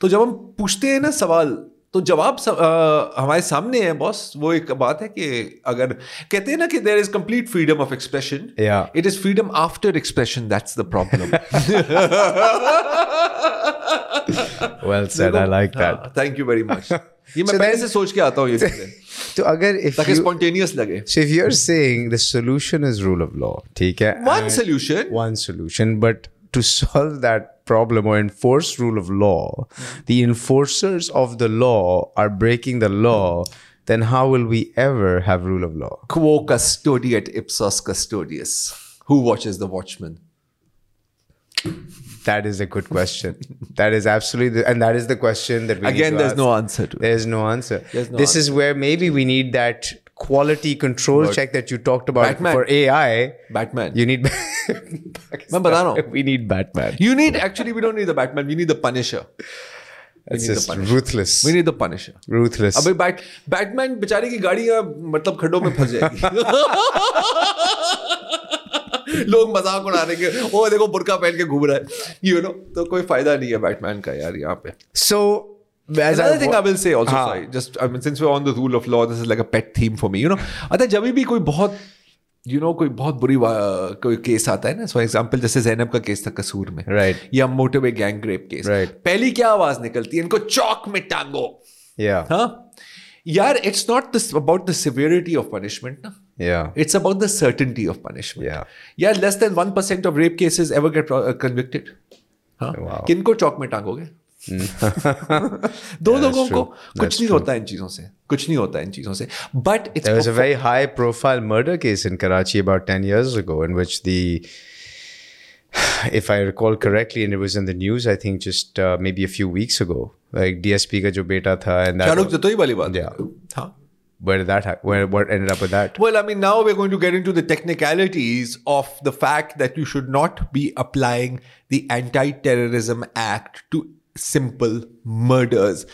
A: तो जब हम पूछते हैं ना सवाल तो जवाब स- अ, हमारे सामने है बॉस वो एक बात है कि अगर कहते हैं ना कि there is complete freedom of expression
B: Yeah.
A: It is freedom after expression that's the problem
B: well said I like that
A: thank you very much ये मैं पहले से सोच के आता हूँ ये चीजें
B: तो अगर इफ
A: ताकि
B: यू
A: स्पॉन्टेनियस लगे
B: so if you are saying the solution is rule of law ठीक है
A: one solution
B: one solution, but to solve that problem or enforce rule of law, the enforcers of the law are breaking the law, then how will we ever have rule of law?
A: quo custodiet ipsos custodius who watches the watchman
B: That is a good question. that is absolutely, the, and that is the question that we need
A: again
B: to
A: there's
B: ask.
A: no answer to it
B: There's no answer.
A: There's no
B: this is where maybe we need that quality control check that you talked about
A: Batman.
B: for AI.
A: batman
B: You need.
A: मैं बता रहा हूँ।
B: We need Batman.
A: you need actually we don't need the batman we need the punisher
B: It's
A: need the
B: just
A: Punisher.
B: ruthless.
A: we need the punisher
B: ruthless.
A: अबे bat Batman बेचारे की गाड़ी अ, मतलब खड्डों में फंस जाएगी लोग मजाक उड़ा रहे हैं कि ओ देखो बुरका पहन के घूम रहा है यू नो तो कोई फायदा नहीं है बैटमैन का यार यहाँ पे
B: So as
A: Another thing I
B: wa-
A: will say also,
B: हाँ.
A: sorry, just I mean, since we're on the rule of law, this is like a pet theme for me. You know, आता है जब भी कोई बहुत यू नो कोई बहुत बुरी वा- कोई केस आता है ना फॉर एग्जाम्पल जैसे जैनब का केस था कसूर में
B: Right.
A: या motorway gang rape case
B: Right.
A: पहली क्या आवाज निकलती है इनको चौक में टांगो
B: yeah,
A: हाँ यार it's not this about the severity of punishment ना
B: yeah,
A: it's about the certainty of punishment
B: yeah.
A: यार less than one percent of rape cases ever get convicted हाँ
B: Wow. Hmm.
A: किनको चौक में टांगोगे दो
B: that's
A: लोगों को
B: true.
A: कुछ
B: That's
A: नहीं होता इन चीजों से कुछ नहीं होता इन चीजों से but
B: There was
A: it's
B: a very high profile murder case in Karachi about 10 years ago in which the if I recall correctly, and it was in the news, I think just uh, maybe a few weeks ago, like DSP ka jo beta tha, and that,
A: Shahrukh Jatoi वाली बात
B: Yeah.
A: हाँ
B: where did that, hap- where what ended up with that?
A: Well, I mean, now we're going to get into the technicalities of the fact that you should not be applying the Anti Terrorism Act to simple murders.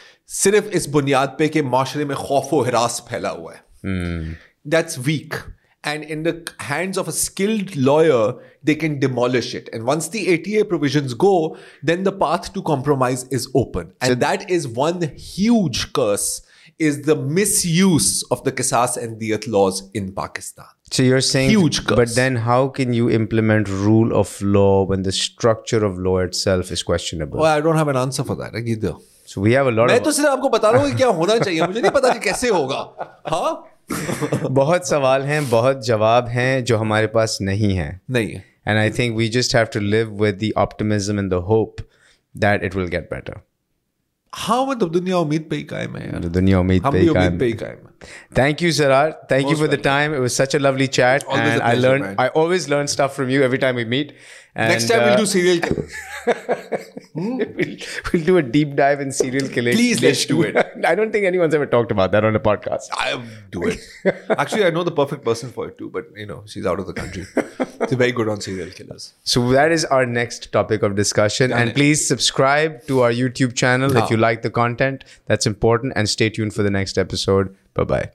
A: सिर्फ इस बुनियाद पे कि माशरे में खौफ व हिरास फैला हुआ है that's weak and in the hands of a skilled lawyer they can demolish it and once the A T A provision go then the path to compromise is open and that is one huge curse is the misuse of the Qisas and Diyat laws in Pakistan.
B: So you're saying
A: Huge curse.
B: but then how can you implement rule of law when the structure of law itself is questionable?
A: Well, I don't have an answer for that either.
B: so we have a lot
A: मैं
B: of
A: तो सिर्फ आपको बता रहा हूँ कि क्या होना चाहिए मुझे नहीं पता कि कैसे होगा हाँ
B: बहुत सवाल हैं, बहुत जवाब हैं जो हमारे पास नहीं हैं.
A: नहीं है
B: And I think we just have to live with the optimism and the hope that it will get better.
A: हाँ मतलब दुनिया उम्मीद पे ही कायम है यार
B: The dunya umeed
A: हम
B: pe
A: भी
B: hi
A: उम्मीद पे
B: kaam.
A: ही कायम है
B: Thank you, Sarar. Thank you for the time. It was such a lovely chat.
A: Always a
B: and I
A: pleasure,
B: learned,
A: man.
B: I always learn stuff from you every time we meet. And,
A: next time
B: uh,
A: will do serial
B: we'll, we'll do a deep dive in serial killing.
A: Please, let's do it.
B: I don't think anyone's ever talked about that on a podcast.
A: I do it. Actually, I know the perfect person for it too, but you know, she's out of the country. She's very good on serial killers.
B: So that is our next topic of discussion. and
A: it.
B: please subscribe to our YouTube channel if you like the content. That's important. And stay tuned for the next episode. Bye bye.